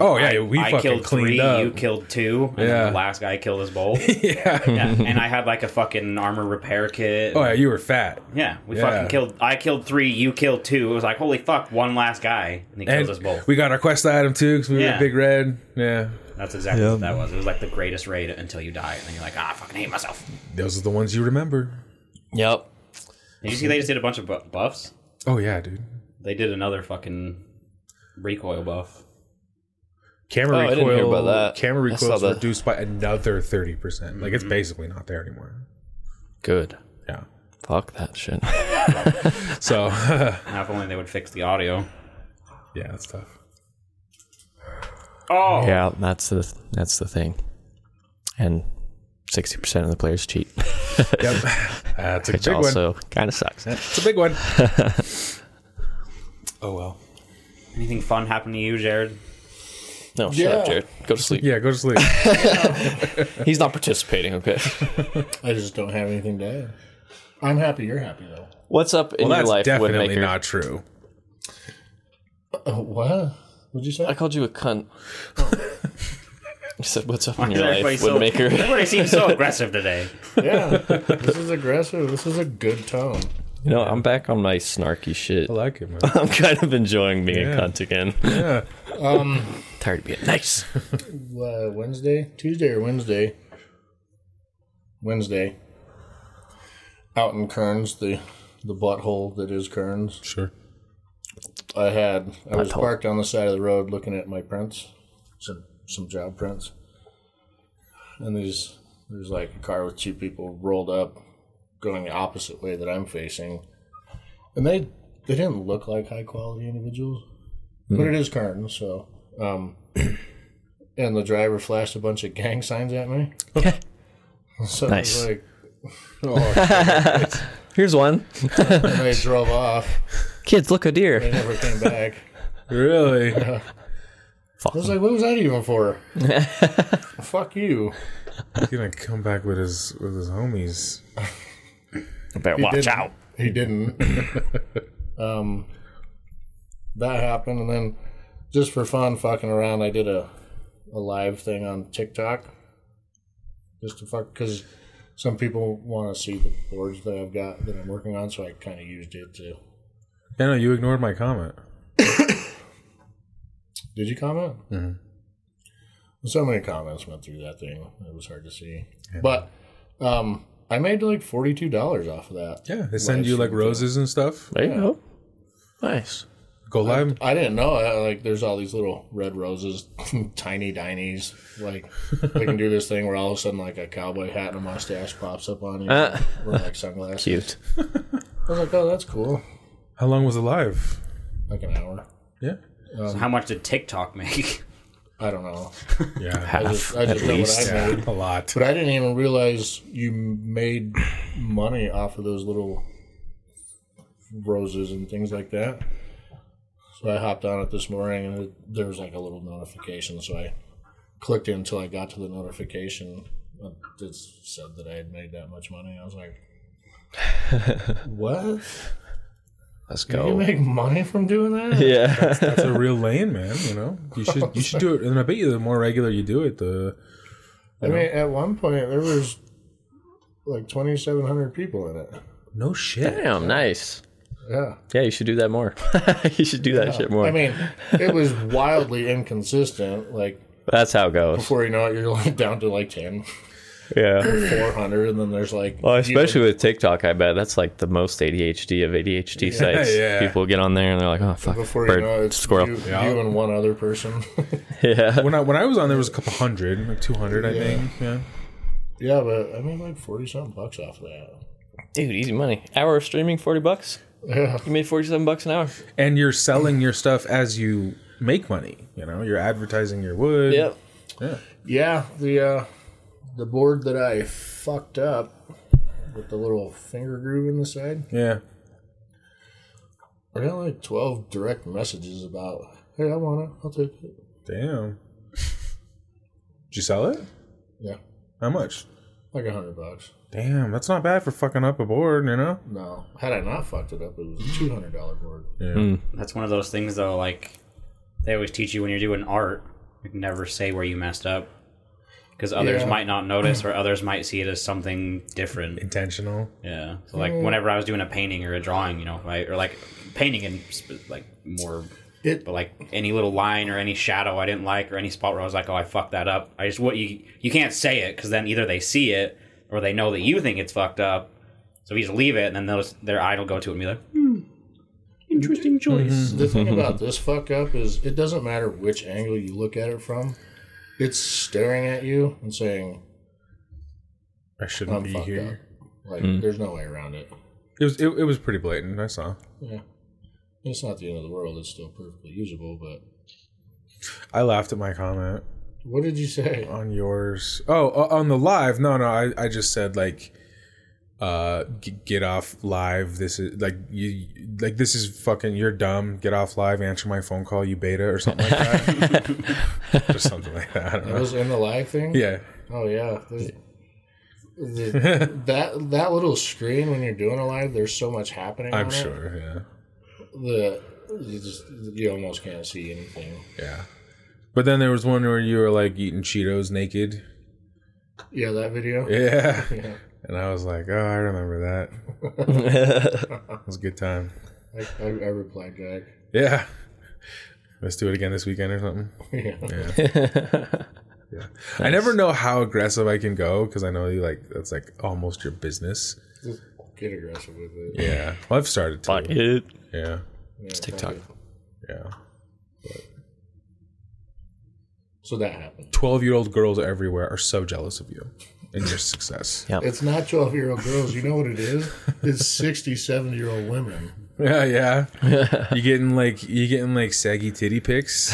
oh yeah we
I
fucking
killed
cleaned
three,
up
you killed two, and
Yeah.
then the last guy killed
<laughs>
his bowl. yeah. and I had like a fucking armor repair kit.
oh yeah you were fat
Yeah, we
Yeah.
fucking killed. I killed three, you killed two. It was like holy fuck, one last guy, and he
and
kills us both.
we got our quest item too because we
Yeah.
were big red yeah
That's exactly what that was. It was like the greatest raid until you die, and then you're like, ah, I fucking hate myself.
those are the ones you remember
yep.
Did you see they just did a bunch of bu- buffs?
oh yeah dude
They did another fucking recoil buff.
camera
Oh, I
recoil
didn't hear about that.
camera
I saw
recoil is
that. Mm-hmm.
reduced by another 30% percent like it's basically not there anymore
Good.
yeah
Fuck that shit.
so
Now if only they would fix the audio.
yeah that's tough
Oh,
<laughs> Yeah, that's the that's the thing. And sixty percent of the players cheat,
<laughs> Yep. That's a
which
big one.
also kind of sucks.
It's a big one. oh well.
anything fun happened to you, Jared?
No, Oh, shut
Yeah.
up, Jared. Go to sleep.
Yeah, go to sleep.
<laughs> He's not participating. Okay.
I just don't have anything to add. I'm happy you're happy though.
<laughs> What's up in
Well, that's
your life,
definitely
Woodmaker?
not true.
Uh, what? What'd you say?
I called you a <laughs> cunt. I said, "What's up in
Is
your
everybody
life,
so- <laughs>
Woodmaker?"
Everybody seems so aggressive today.
<laughs> yeah. This is aggressive. This is a good tone.
You know, I'm back on my snarky shit. <laughs>
I like it, man.
I'm kind of enjoying being
Yeah.
a cunt again. <laughs>
Yeah.
Tired of being nice.
Uh, Wednesday, Tuesday or Wednesday? Wednesday. Out in Kearns, the the butthole that is Kearns.
Sure.
I had I was
Pothole.
parked on the side of the road looking at my prints, some some job prints, and these there's like a car with two people rolled up, going the opposite way that I'm facing, and they they didn't look like high quality individuals, but it is Carton, so um, and the driver flashed a bunch of gang signs at me, so
Nice.
I was like, oh,
Here's one.
and they drove off.
Kids, look a
They
deer.
never came back.
<laughs> Really?
Fuck.
I was like, what was that even for? Fuck you.
He's gonna come back with his with his homies.
<laughs> Better watch
didn't.
out.
He didn't. <laughs> um, that happened, and then just for fun, fucking around, I did a a live thing on TikTok, just to fuck because some people want to see the boards that I've got that I'm working on, so I kind of used it to.
Yeah, no, you ignored my comment.
Did you comment?
Mm-hmm.
So many comments went through that thing; it was hard to see. But um, I made like forty two dollars off of that.
Yeah, they send you like roses and stuff.
There you go. Nice.
Go live.
I didn't know. uh, Like, there's all these little red roses, <laughs> tiny dinies. Like, they can do this thing where all of a sudden, like, a cowboy hat and a mustache pops up on you,
Uh.
or like sunglasses.
Cute.
I was like, oh, that's cool.
How long was it live?
Like an hour.
Yeah.
So how much did TikTok make? <laughs>
I
<laughs>
don't know.
Yeah.
I
Half,
just, I
at
just know
least.
what I made.
A <laughs> lot.
But I didn't even realize you made money off of those little roses and things like that. So I hopped on it this morning, and it, there was like a little notification. So I clicked it until I got to the notification that said that I had made that much money. I was like, "What?
Let's
You
go.
make money from doing
Oh.
that?"
Yeah.
That's a real lane, man. You know, you should you should do it, and I bet you the more regular you do it, the
I mean, at one point there was like twenty seven hundred people in it.
no shit.
<laughs> Damn, nice.
Yeah.
Yeah, you should do that more. <laughs> you should do that shit more.
I mean, it was wildly inconsistent. Like
That's how it goes.
before you know it, you're like down to like 10,
Yeah.
400, and then there's like
Well, especially with TikTok, I bet that's like the most ADHD of ADHD sites.
yeah.
People get on there and they're like, "Oh fuck,
before
bird,
you know it, it's
squirrel."
You, you and one other person. <laughs>
Yeah,
When I when I was on, there was a couple hundred, like two hundred, I think. Yeah.
yeah, but I made like forty something bucks off of that.
dude, easy money. Hour of streaming, forty bucks.
Yeah,
You made forty-seven bucks an hour.
And you're selling your stuff as you make money. You know, you're advertising your wood.
Yep.
yeah. The uh, the board that I fucked up with the little finger groove in the side.
Yeah.
I got like twelve direct messages about, hey, I want it, I'll take it.
Damn. Did you sell it?
Yeah,
How much?
like a hundred bucks.
Damn, that's not bad for fucking up a board. You know.
No, had I not fucked it up, it was a two hundred dollar board.
That's one of those things though. Like they always teach you when you're doing art, like, never say where you messed up because others
Yeah.
might not notice or others might see it as something different.
Intentional.
Yeah. So like whenever I was doing a painting or a drawing, you know, if I, or like painting in sp- like more,
It-
but like any little line or any shadow I didn't like or any spot where I was like, oh, I fucked that up. I just what you you can't say it because then either they see it or they know that you think it's fucked up. So if you just leave it, and then those their eye will go to it and be like, hmm, interesting choice.
The thing
Mm-hmm.
about
<laughs>
this fuck up is it doesn't matter which angle you look at it from. It's staring at you and saying,
I shouldn't
I'm
be
fucked
here.
up. Like,
Mm.
there's no way around it.
It was it, it was pretty blatant. I saw.
Yeah. It's not the end of the world. It's still perfectly usable, but
I laughed at my comment
what did you say?
on yours. Oh, o- on the live. No, no. I, I just said like, uh, g- get off live. This is like you like this is fucking. You're dumb. Get off live. Answer my phone call. You beta or something like <laughs> that. just something like that. I don't
It
know.
was in the live thing?
<laughs> Yeah.
Oh, yeah. There's- the-
<laughs>
that that little screen when you're doing a live, there's so much happening.
I'm
on it.
sure. Yeah.
The you just you almost can't see anything.
Yeah. But then there was one where you were like eating Cheetos naked. <laughs>
Yeah, that video.
Yeah. And I was like, oh, I remember that.
<laughs>
it was a good time.
I, I, I replied back. <laughs>
Yeah. Let's do it again this weekend or something.
Yeah.
I never know how aggressive I can go because I know you like that's like almost your business.
Just get aggressive with it.
Yeah. Well, I've started to.
Fuck it.
Yeah.
Yeah,
TikTok.
fuck it.
Yeah.
So that happened.
12 year old girls everywhere are so jealous of you and your success.
Yeah.
It's not 12 year old girls. You know what it is? It's 60, 70 year old women.
Yeah, yeah. you getting like you getting like saggy titty pics.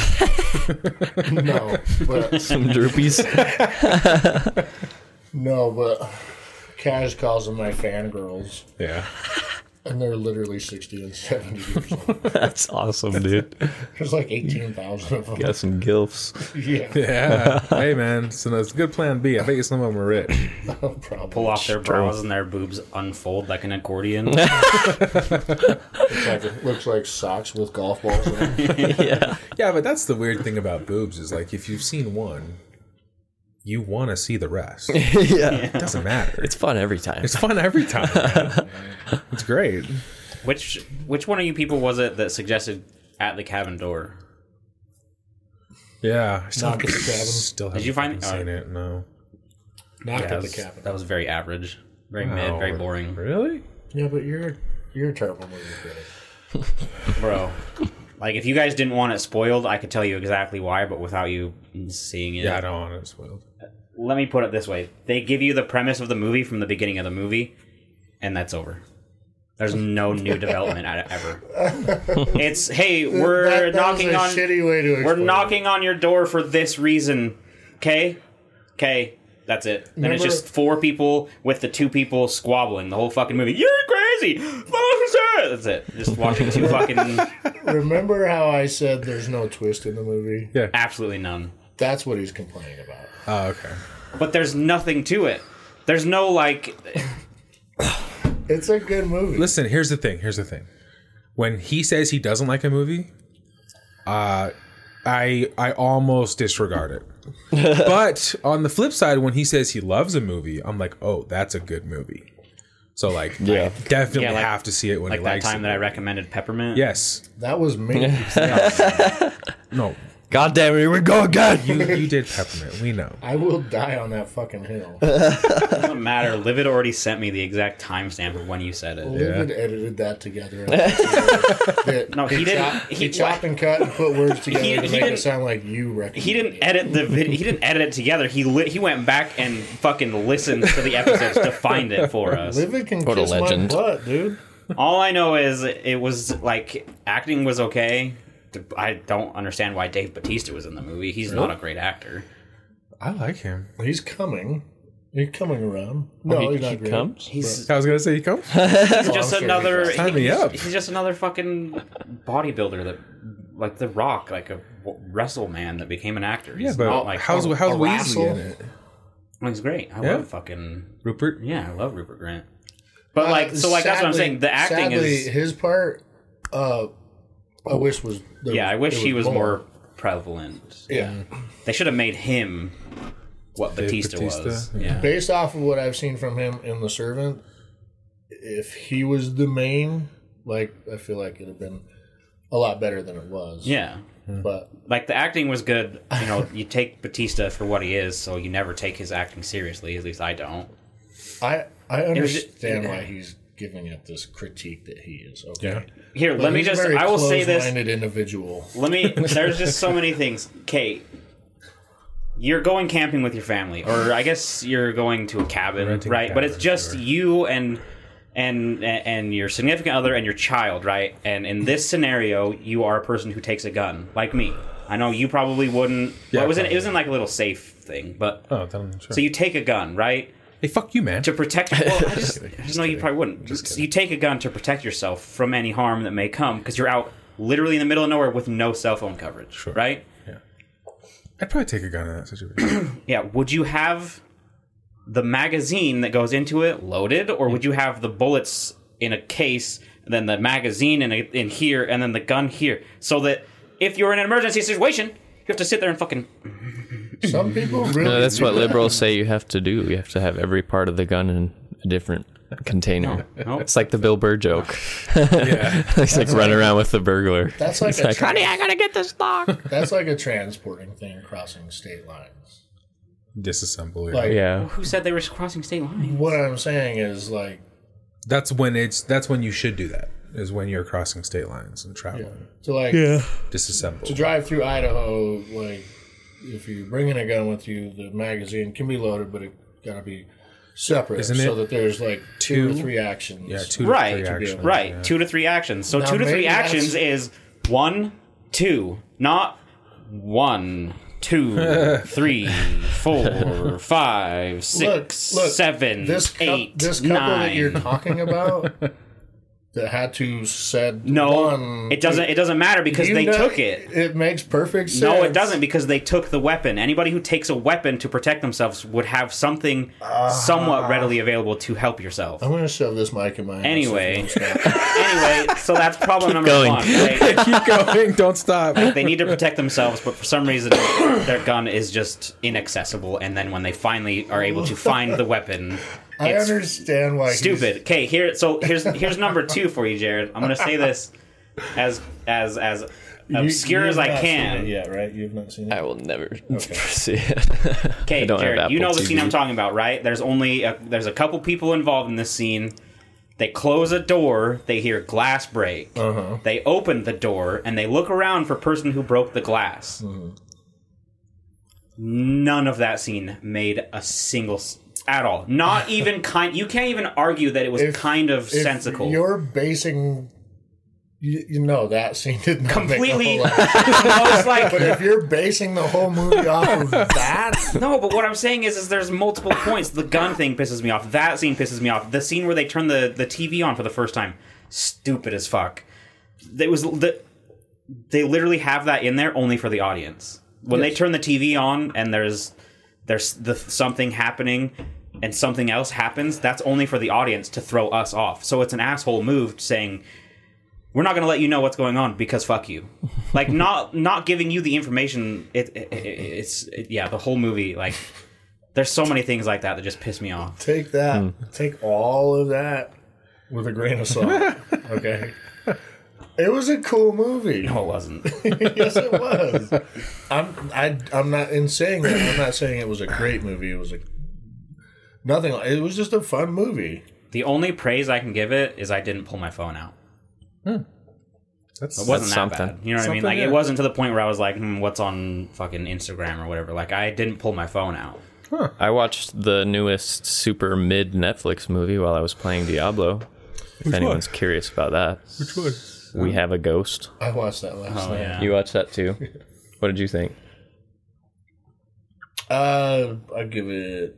No, but
Some droopies.
no, but Cash calls them my fangirls,
Yeah.
and they're literally 60 and 70 years
<laughs>
old.
That's awesome, dude.
There's like 18,000 of them.
Got some gilfs.
Yeah,
Yeah. hey man, so that's a good plan B. I bet you some of them are rich.
no problem.
Pull off their bras and their boobs unfold like an
<laughs>
accordion.
It's like- it looks like socks with golf balls in them.
Yeah.
Yeah, but that's the weird thing about boobs is like if you've seen one, you want to see the rest. It
<laughs> yeah.
doesn't matter. It's,
<laughs> It's fun every time.
fun every time. man. it's great.
which which one of you people was it that suggested at the cabin door?
Yeah. I Still,
Knock at
<laughs>
the cabin.
still haven't
you find-
fucking seen it? No.
Knocked
That
at the
was,
cabin.
that was very average, very
No.
mid, very boring,
Really?
Yeah, but you're you're a terrible movie critic.
bro. Like if you guys didn't want it spoiled, I could tell you exactly why, but without you seeing it,
Yeah, I don't want it spoiled.
let me put it this way: they give you the premise of the movie from the beginning of the movie, and that's over. There's no
<laughs>
new development at- ever. It's hey, we're
That- that was
knocking
a
on
shitty way to
We're
explain it.
knocking on your door for this reason. Okay? Okay. That's it. Then it's
Remember-
just four people with the two people squabbling the whole fucking movie. You're crazy! That's it. Just watching
<laughs>
two fucking.
Remember how I said there's no twist in the movie?
Yeah.
Absolutely none.
That's what he's complaining about.
Oh, okay.
But there's nothing to it. There's no like.
It's a good movie.
Listen, here's the thing. Here's the thing. When he says he doesn't like a movie, uh, I I almost disregard it. but on the flip side, when he says he loves a movie, I'm like, oh, that's a good movie. So like,
Yeah.
I definitely
Yeah, like-
have to see it when
Like
he
that
likes
time
it.
that I recommended Peppermint.
yes.
That was me.
No.
God damn it, here we go again.
You you did peppermint. We know.
I will die on that
<laughs>
fucking hill.
It doesn't matter. Livid already sent me the exact timestamp of when you said it.
Livid edited
<laughs>
that together.
No, he didn't.
Chop- he,
He,
chopped and cut and put words
<laughs>
together
He-
to
he
make
didn't-
it sound like you recommended.
He didn't edit the vid- he didn't edit it together. He li- he went back and fucking listened to the episodes to find it for us.
Livid can
What a
kiss
legend.
my butt, dude.
All I know is it was like acting was okay. I don't understand why Dave Batista was in the movie. He's not a great actor.
I like him.
He's coming. He's coming around.
Oh,
No, he's not great.
comes.
He's
I was gonna say he comes.
he's just
Oh,
sure he
another
does.
Sign me
he's-
up.
He's just another fucking bodybuilder that like The Rock, like a w- wrestle man that became an actor. He's
Yeah, but
not like
how's how's
a
Weasley in
Russell?
it?
he's great. I
Yeah.
love fucking
Rupert.
yeah, I love Rupert Grant. But like
Uh,
so like that's what I'm
sadly-
saying. The acting
sadly,
is
his part. Uh, I wish was. there
Yeah, I wish
it
he was
more.
more prevalent.
Yeah.
They should have made him what Batista, was.
Bautista?
Yeah.
Based off of what I've seen from him in The Servant, if he was the main, like I feel like it'd have been a lot better than it was.
Yeah.
But
Like the acting was good. You know, you take Batista for what he is, so you never take his acting seriously. At least I don't.
I I
was ju-
understand why he's giving it this critique that he is. Okay.
Yeah.
Here,
But
let me
he's a
just.
very
I will say this.
close-minded individual.
Let me. There's just so many things. Kate, you're going camping with your family, or I guess you're going to a cabin,
Renting a
right? but it's
cabin,
just you and and and your significant other and your child, right? And in this scenario, you are a person who takes a gun, like me. I know you probably wouldn't. well, it wasn't. It wasn't like a little safe thing, but
Oh, then sure.
so you take a gun, right?
hey, fuck you, man.
to <laughs> protect. Well, I just, I just know you probably wouldn't. So you take a gun to protect yourself from any harm that may come because you're out literally in the middle of nowhere with no cell phone coverage, right?
I'd probably take a gun in that situation.
Yeah. Would you have the magazine that goes into it loaded, or would you have the bullets in a case, and then the magazine in, a, in here, and then the gun here, so that if you're in an emergency situation, you have to sit there and <laughs> fucking
Some people really.
No, that's
do
what
that.
liberals say you have to do. You have to have every part of the gun in a different <laughs> container.
no.
It's like the Bill Burr <laughs> joke.
yeah.
<laughs> He's like running around with the burglar.
That's like
He's
a
like,
tra-
honey, I gotta get this lock.
<laughs> That's like a transporting thing crossing state lines.
Disassemble. Yeah.
Like
yeah.
Who said they were crossing state lines?
what I'm saying is like
That's when it's that's when you should do that. is when you're crossing state lines and traveling.
So like
Disassemble.
to drive through Idaho, like if you're bringing a gun with you, the magazine can be loaded, but it gotta be separate
Isn't
so
it
that there's like two, or
two?
three actions.
yeah, two to
Right,
three actions,
right.
yeah.
Two to three actions. So
Now,
two to
maybe
three
that's-
actions is one, two, not one,
<laughs>
two, three, four, five, six, seven,
this cou-
eight,
this couple that
nine.
you're
<laughs>
talking about that had to said
no,
one,
it doesn't. It doesn't matter because
you
they
know-
took it.
It makes perfect sense.
No, it doesn't because they took the weapon. Anybody who takes a weapon to protect themselves would have something somewhat
Ah.
readily available to help
<laughs>
yourself.
I'm gonna shove this mic in my ass. <laughs>
Anyway, <laughs> anyway, so that's problem number
going.
one. right?
<laughs> Keep going. Don't stop.
<laughs> they need to protect themselves, but for some reason, their gun is just inaccessible. And then when they finally are able to find the weapon,
I
it's
understand why he's-
stupid. Okay, here. So here's here's number two for you, Jared. I'm gonna say this as as as
You-
obscure
you've
as I
not
can.
Seen it yet, right? You've not seen it.
I will <laughs> never see it. <laughs>
Okay,
don't have
Jared, you know
Apple
the scene
TV.
I'm talking about, right? There's only a, there's a couple people involved in this scene. They close a door, they hear glass break.
Uh-huh.
They open the door and they look around for person who broke the glass.
Mm-hmm.
None of that scene made a single s- at all.
<laughs>
Not even kind. You can't even argue that it was
If-
kind of
If
sensical.
You're basing. You, you know that scene did not
Completely, <laughs>
Make a whole lot.
most like
<laughs> But if you're basing the whole movie off of that,
No, but what I'm saying is, is there's multiple points. The gun thing pisses me off. That scene pisses me off. The scene where they turn the, the TV on for the first time, stupid as fuck. It was the, they literally have that in there only for the audience. When they turn the TV on and there's there's the, something happening and something else happens, that's only for the audience to throw us off. So it's an asshole move saying we're not going to let you know what's going on because fuck you. Like not not giving you the information. It, it, it it's it- yeah, the whole movie like there's so many things like that that just piss me off.
take that, take all of that with a grain of salt. Okay. It was a cool movie. <laughs>
No, it wasn't.
yes, it was. I'm I I'm not in saying that. I'm not saying it was a great movie. It was a nothing. like- It was just a fun movie.
<laughs> The only praise I can give it is I didn't pull my phone out.
That's,
It wasn't
That's
that
something.
bad. You know what I mean?
Something,
Like
yeah.
it wasn't to the point where I was like, hmm, "What's on fucking Instagram or whatever." Like I didn't pull my phone out.
I watched the newest super mid Netflix movie while I was playing Diablo. If anyone's curious about that,
Which one?
we have a ghost.
I watched that last night.
You watched that <laughs> too. What did you think?
Uh, I give it.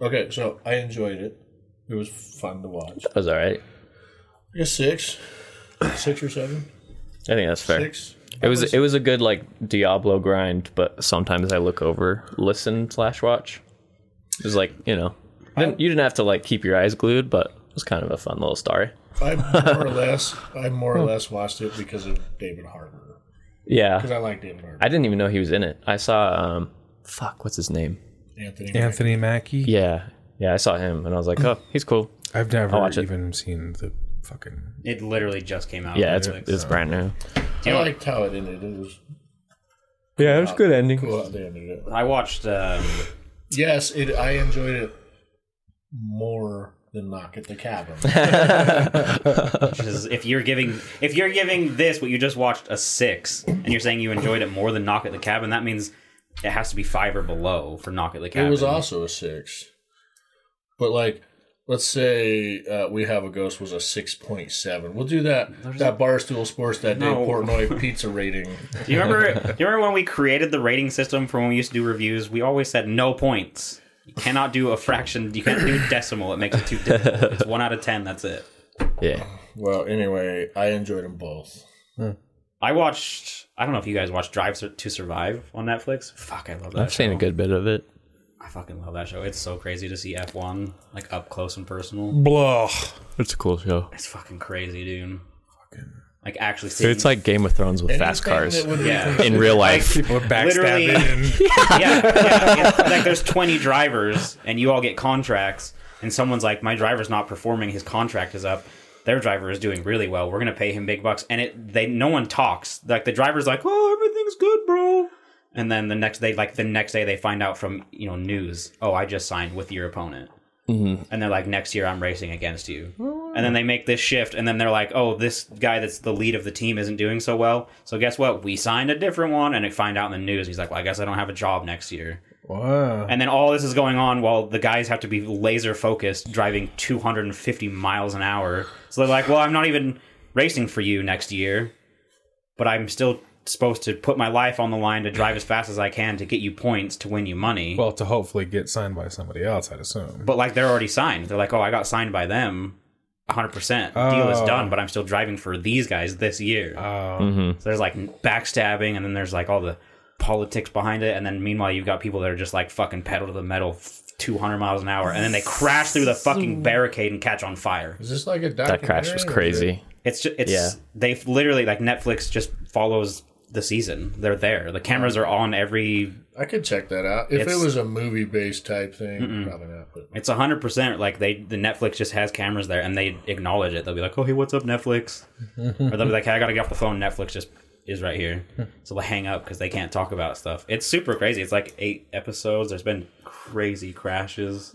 Okay, so I enjoyed it. It was fun to watch.
That was all right.
I guess six, six or seven,
I think that's fair.
six.
It was it was a good like Diablo grind, but sometimes I look over, listen slash watch. It was like you know, didn't, you didn't have to like keep your eyes glued, but it was kind of a fun little story.
I
<laughs>
more or less, I more or less watched it because of David Harbour.
Yeah,
Because I like David Harbour.
I didn't even know he was in it. I saw um, fuck, what's his name?
Anthony.
Anthony Mackie.
Yeah, yeah, I saw him, and I was like, oh, he's cool.
I've never
watch it.
even seen the fucking.
It literally just came out.
Yeah,
on
it's
Netflix.
it's brand new.
I liked how it ended. It was
Yeah, it was good ending.
cool how they ended it.
I watched. Um,
Yes, it. I enjoyed it more than Knock at
<laughs>
the Cabin.
Because if you're giving if you're giving this what you just watched a six, and you're saying you enjoyed it more than Knock at the Cabin, that means it has to be five or below for Knock at the Cabin.
It was also a six, but like, let's say uh, we have a ghost was a six point seven. We'll do that. that barstool sports that
No. <laughs>
day Portnoy pizza rating.
Do you remember? do
<laughs>
you remember when we created the rating system for when we used to do reviews? We always said no points. You cannot do a fraction. You can't do decimal. It makes it too difficult. It's one out of ten. That's it.
Yeah,
Well, anyway, I enjoyed them both.
I watched. I don't know if you guys watched Drive Sur- to Survive on Netflix. Fuck, I love that.
I've seen a good bit of it.
I fucking love that show. It's so crazy to see F one like up close and personal.
Blah.
It's a cool show.
It's fucking crazy, dude.
Fucking
Like actually, seeing
It's like Game of Thrones with fast
Anything
cars
that would be
<laughs>
Yeah.
<laughs>
in real life.
people are
Literally-
backstabbing. and-
<laughs> yeah, yeah, it's like there's 20 drivers and you all get contracts, and someone's like, my driver's not performing, his contract is up. Their driver is doing really well. We're gonna pay him big bucks, and it they no one talks. Like the driver's like, oh, everything's good, bro. And then the next day, like the next day, they find out from you know news, oh, I just signed with your opponent, and they're like, next year I'm racing against you, and then they make this shift, and then they're like, "Oh, this guy that's the lead of the team isn't doing so well. So guess what? We signed a different one." And I find out in the news, he's like, "Well, I guess I don't have a job next year."
Wow.
And then all this is going on while the guys have to be laser focused, driving 250 miles an hour. So they're like, "Well, I'm not even racing for you next year, but I'm still supposed to put my life on the line to drive as fast as I can to get you points to win you money."
Well, to hopefully get signed by somebody else, I'd assume.
but like they're already signed. They're like, "Oh, I got signed by them." 100%. Deal is
Oh.
done, but I'm still driving for these guys this year. So there's like backstabbing, and then there's like all the politics behind it, and then meanwhile you've got people that are just like fucking pedal to the metal, f- 200 miles an hour, and then they crash through the fucking barricade and catch on fire.
Is this like a
That crash was crazy.
It's just it's
Yeah.
they've literally like Netflix just follows the season. They're there. The cameras are on every.
I could check that out if
It's-
it was a movie based type thing. Probably not. But
It's 100 percent like they the Netflix just has cameras there, and they acknowledge it. They'll be like, "Oh hey, what's up, Netflix?" or they'll be like, "Hey, I gotta get off the phone. Netflix just." Is right here, so they hang up because they can't talk about stuff. It's super crazy. It's like eight episodes. There's been crazy crashes.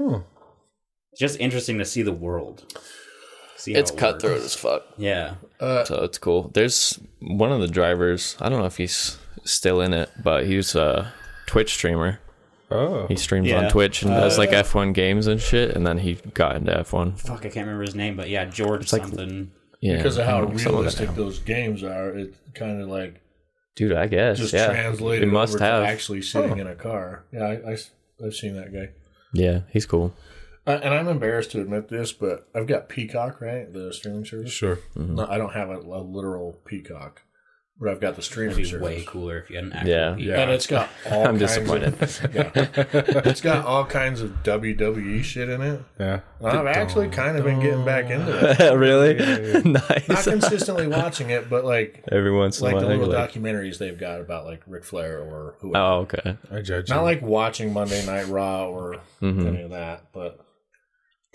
It's just interesting to see the world. See how
It's
it
cutthroat
works.
as fuck.
Yeah,
So it's cool. There's one of the drivers. I don't know if he's still in it, but he's a Twitch streamer.
Oh.
He streams
Yeah.
on Twitch and
Uh,
does like F1 games and shit. And then he got into F1.
fuck, I can't remember his name, but yeah, George something.
Yeah,
because of how
I don't know some of it
realistic
now.
those games are, it kind of like
dude. I guess
just
yeah.
translated
It must
over
have.
to actually sitting in a car. Yeah, I, have seen that guy.
Yeah, he's cool.
Uh, and I'm embarrassed to admit this, but I've got Peacock, right? The streaming service.
Sure.
Mm-hmm.
No, I don't have a, a literal Peacock, but I've got the
It'd
streaming
be
service.
way cooler if you had an actual.
Yeah.
peak.
And
<laughs>
it's got all
I'm
kinds
disappointed. <laughs>
Of, <laughs> yeah. It's got all kinds of WWE shit in it.
Yeah.
And I've actually kind of been getting back into it.
really
Not
<laughs> nice.
consistently watching it, but like
Every once in a
like the
while,
little
you're like,
documentaries they've got about like Ric Flair or whoever.
oh okay.
I judge
Not
you.
like watching Monday Night Raw or any of that, but uh,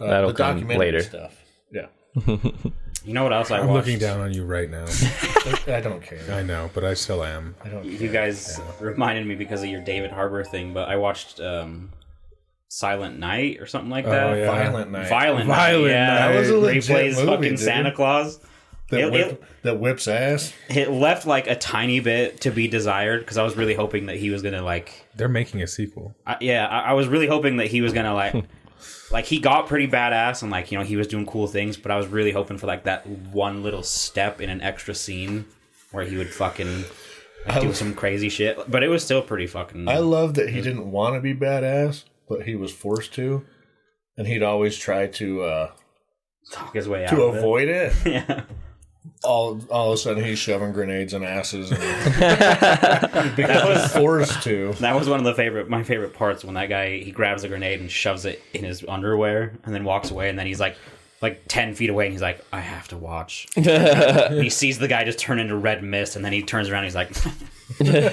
Mm-hmm. That'll
the
come
documentary
later.
stuff. Yeah,
You know what else I
I'm
watched?
looking down on you right
<laughs>
now.
I don't
Uh,
care.
I know, but I still am.
I don't.
You guys reminded me because of your David Harbour thing, but I watched um, Silent Night or something like that.
yeah.
Violent night.
Violent,
Violent
Night. Yeah,
Night.
That was a legit
replays
movie,
fucking
dude.
Santa Claus.
That,
It-
whip, that whips ass.
It left like a tiny bit to be desired because I was really hoping that he was gonna like
They're making a sequel.
I, yeah, I, I was really hoping that he was gonna like, like he got pretty badass and like you know he was doing cool things, but I was really hoping for like that one little step in an extra scene where he would fucking like, do some crazy shit. But it was still pretty fucking.
I love that he didn't want to be badass, but he was forced to, and he'd always try to uh,
talk his way out.
to
of it.
avoid it. Yeah. All all of a sudden, he's shoving grenades in asses and because forced to.
That was one of the favorite my favorite parts when that guy he grabs a grenade and shoves it in his underwear and then walks away and then he's like like ten feet away and he's like I have to watch. he sees the guy just turn into red mist and then he turns around and he's like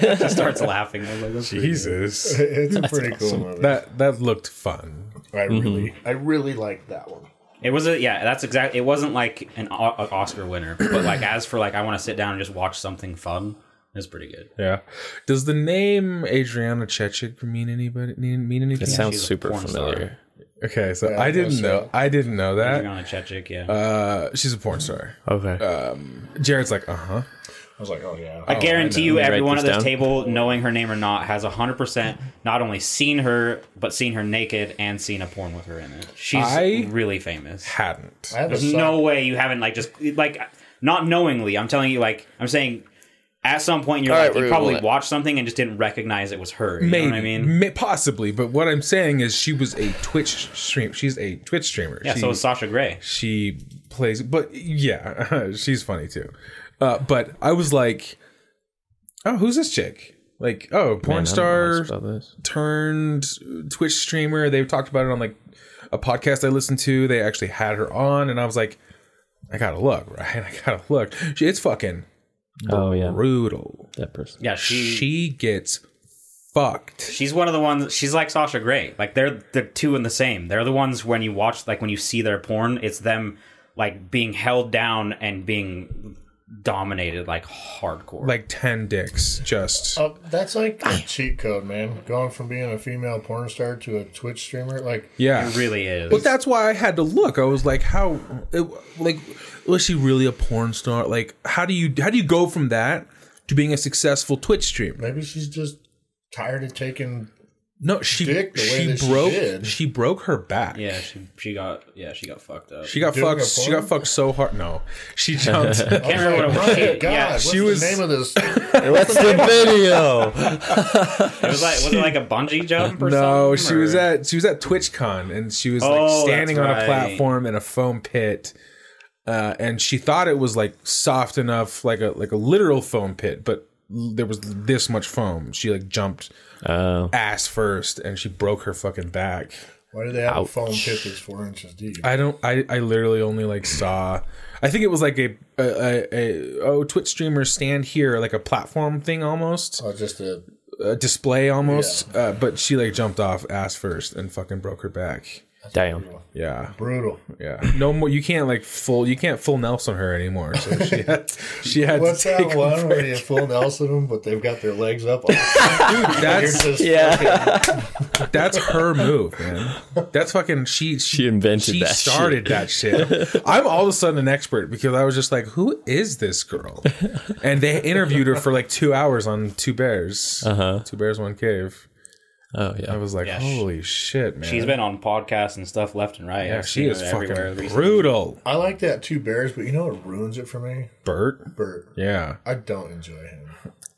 <laughs> just starts laughing. I was like, "That's pretty <laughs>
Jesus.
It's a pretty cool movie.
that that looked fun.
I really, I really liked that one.
It was a yeah. That's exact. It wasn't like an O- a Oscar winner, but like as for like I want to sit down and just watch something fun. It's pretty good.
Yeah. Does the name Adriana Chechik mean anybody mean, mean anything?
It sounds
she's a
super
porn star.
familiar.
okay, so
I
I
guess
didn't know.
so.
I didn't know that.
Adriana Chechik, yeah.
Uh, she's a porn star.
Okay.
Jared's like, uh huh.
I was like, oh yeah.
I guarantee you,
Let me
everyone
write
at
this
this
down.
table, knowing her name or not, has hundred percent not only seen her but seen her naked and seen a porn with her in it. She's
I-
really famous.
Hadn't.
Oh, I have a
There's
son-
no way you haven't like just like not knowingly. I'm telling you, like I'm saying, at some point in your
All
life,
right,
you
we're
probably
rolling.
watched something and just didn't recognize it was her. You
Maybe,
know what I mean?
May- possibly, but what I'm saying is she was a Twitch stream. She's a Twitch streamer.
Yeah.
she,
so is Sasha Grey.
she plays, but yeah, <laughs> she's funny too. Uh, but I was like, oh, who's this chick? Like, oh, porn star turned Twitch streamer. They've talked about it on like a podcast I listened to. They actually had her on, and I was like, I gotta look, right? <laughs> I gotta look. She, it's fucking
Oh yeah,
brutal.
that person.
Yeah. She.
She gets fucked.
She's one of the ones. She's like Sasha Grey. Like they're the two in the same. They're the ones when you watch, like when you see their porn, it's them like being held down and being dominated like hardcore.
like ten dicks. Just
Oh,
Uh, that's like a cheat code, man. Going from being a female porn star to a Twitch streamer, like
yeah,
it really is.
But that's why I had to look. I was like, how, it, like, was she really a porn star? Like, how do you how do you go from that to being a successful Twitch streamer?
maybe she's just tired of taking.
No, she
Dick the way
she
that she
broke
did.
she broke her back.
yeah, she she got yeah she got fucked up.
She got
Doing
fucked.
a
She
porn?
got fucked so hard. No, she jumped.
can't
<laughs>
remember what it
Oh my
was.
God,
Yeah,
what's
she
the
was-
name of this?
What's the video?
it was like was it like a bungee jump
<laughs>
or something?
no, she was
or-
at she was at TwitchCon and she was like
Oh,
standing
that's
on a
right.
platform in a foam pit. Uh, and she thought it was like soft enough, like a like a literal foam pit, but l- there was this much foam. She like jumped
Oh,
ass first and she broke her fucking back.
Why do they have a foam pit that's four inches deep?
I don't I, I literally only like saw I think it was like a a, a, a oh Twitch streamers stand here like a platform thing almost
Oh, just a
a display almost uh, but she like jumped off ass first and fucking broke her back.
damn.
Yeah.
brutal.
Yeah. No more you can't like full you can't full Nelson her anymore. So
<laughs>
she had she had
What's
to take
that
a
one where you
break.
full Nelson them, but they've got their
<laughs>
legs up? All
That's
Yeah.
That's her move, man. That's fucking she. She,
invented
she
that
started that shit. I'm all of a sudden an expert because I was just like, "Who is this girl?" And they interviewed her for like two hours on Two Bears, uh-huh. Two Bears, One Cave.
Oh
I
yeah.
was like,
Yeah, she-
"Holy shit, man!"
She's been on podcasts and stuff left and right.
yeah,
I've
she
seen
is
her
fucking
everywhere recently.
brutal,
I like that two bears, but you know what ruins it for me?
Bert.
Bert.
Yeah,
I don't enjoy him.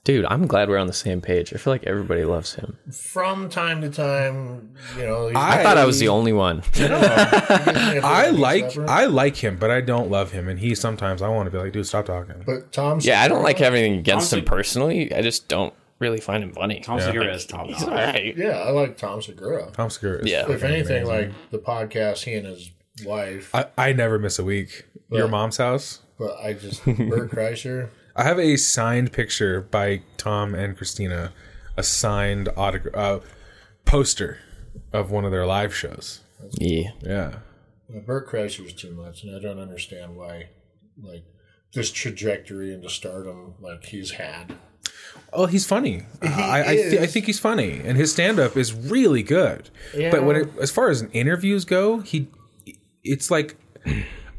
Dude, I'm glad we're on the same page. I feel like everybody loves him.
From time to time, you know, he's-
I thought I was the only one. <laughs>
<laughs> I like I like him, but I don't love him, and he sometimes I want to be like, "Dude, stop talking."
But Tom,
Yeah, I don't like have anything against
Honestly-
him personally. I just don't really find him funny.
Tom Segura is top
He's all
notch.
right.
yeah, I like Tom Segura.
Tom Segura. is
Yeah.
fucking
if anything,
amazing.
like the podcast, he and his wife.
I, I never miss a week. Your mom's house.
but
<laughs>
I just Bert Kreischer.
I have a signed picture by Tom and Christina, a signed autograph uh, poster of one of their live shows.
Yeah.
Yeah.
Uh, Bert Kreischer's too much, and I don't understand why, like this trajectory into stardom, like he's had.
<laughs> Oh, he's funny. I I, th- I
is.
think he's funny, and his stand up is really good. But when it, as far as interviews go, he it's like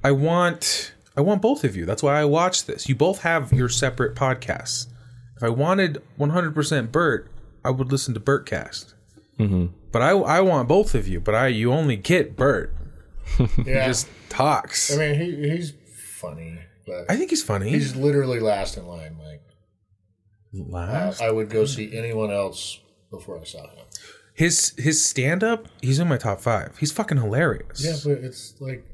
I want I want both of you. That's why I watch this. You both have your separate podcasts. If I wanted 100% Bert, I would listen to Bertcast. But I I want both of you. But I you only get Bert.
Yeah,
just talks.
I
I,
mean, he he's funny, but
think he's funny.
he's literally last in line. Like I,
Last.
I would go see anyone else before I saw him.
his his stand up, he's in my top five. He's fucking hilarious.
Yeah, but it's like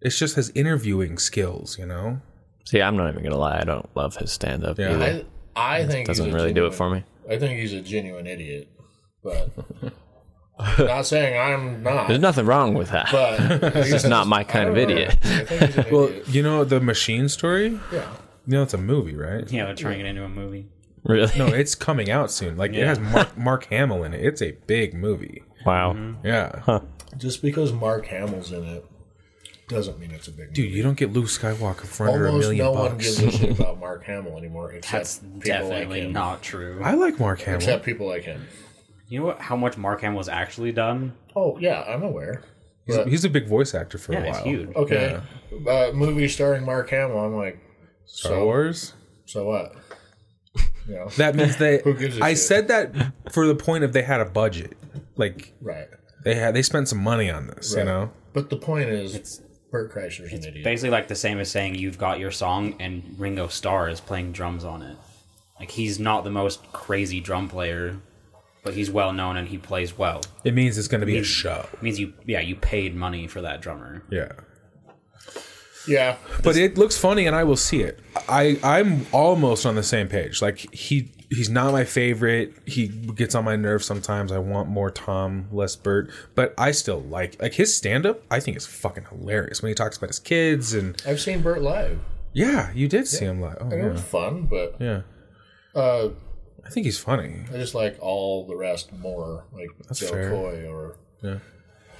It's just his interviewing skills, you know.
See, I'm not even gonna lie. I don't love his stand up
Yeah.
either.
I I think he's
Doesn't
a
really do it
genuine-
for me.
I think he's a genuine idiot,
<laughs>
but not saying I'm
There's
not.
nothing wrong with that. <laughs>
But he's
It's not my kind of idiot.
I think
<laughs>
he's an
Well,
idiot.
you know the machine story. You
Yeah.
know it's a movie, right?
You know, turning it into a movie.
Really?
No, it's coming out soon. Like it has Mark, Mark Hamill in it. It's a big movie.
Wow.
Yeah,
Just because Mark Hamill's in it doesn't mean it's a big
dude, you don't get Luke Skywalker for under a
Almost
million
no one
bucks.
gives a shit about Mark Hamill anymore, except
That's
people like
definitely
him.
not true.
<laughs> I like Mark Hamill.
Except people like him.
You know what, how much Mark Hamill was actually done?
Oh yeah, I'm aware.
He's,
But-
he's a big voice actor for
Yeah,
a
it's
while.
huge.
okay, uh, movie starring Mark Hamill. I'm like,
Star
so
Wars.
so what? You know, <laughs>
That means they.
Who gives a
I
shit?
said that for the point of they had a budget. Like
right?
they had they spent some money on this, you
Right.
know.
But the point is, Bert Kreischer's an idiot.
Basically, like the same as saying you've got your song and Ringo Starr is playing drums on it. Like he's not the most crazy drum player, but he's well known and he plays well.
It means it's going to be a show.
means you, yeah, you paid money for that drummer.
Yeah.
yeah,
But it looks funny and I will see it. I I'm almost on the same page. Like he he's not my favorite. He gets on my nerves sometimes. I want more Tom, less Bert, but I still like like his stand up I think is fucking hilarious when he talks about his kids and
I've seen Bert live.
yeah, you did see him live. Oh
It
yeah.
was fun, but
Yeah.
uh,
I think he's funny.
I just like all the rest more, like Joe
fair.
Coy or
<laughs>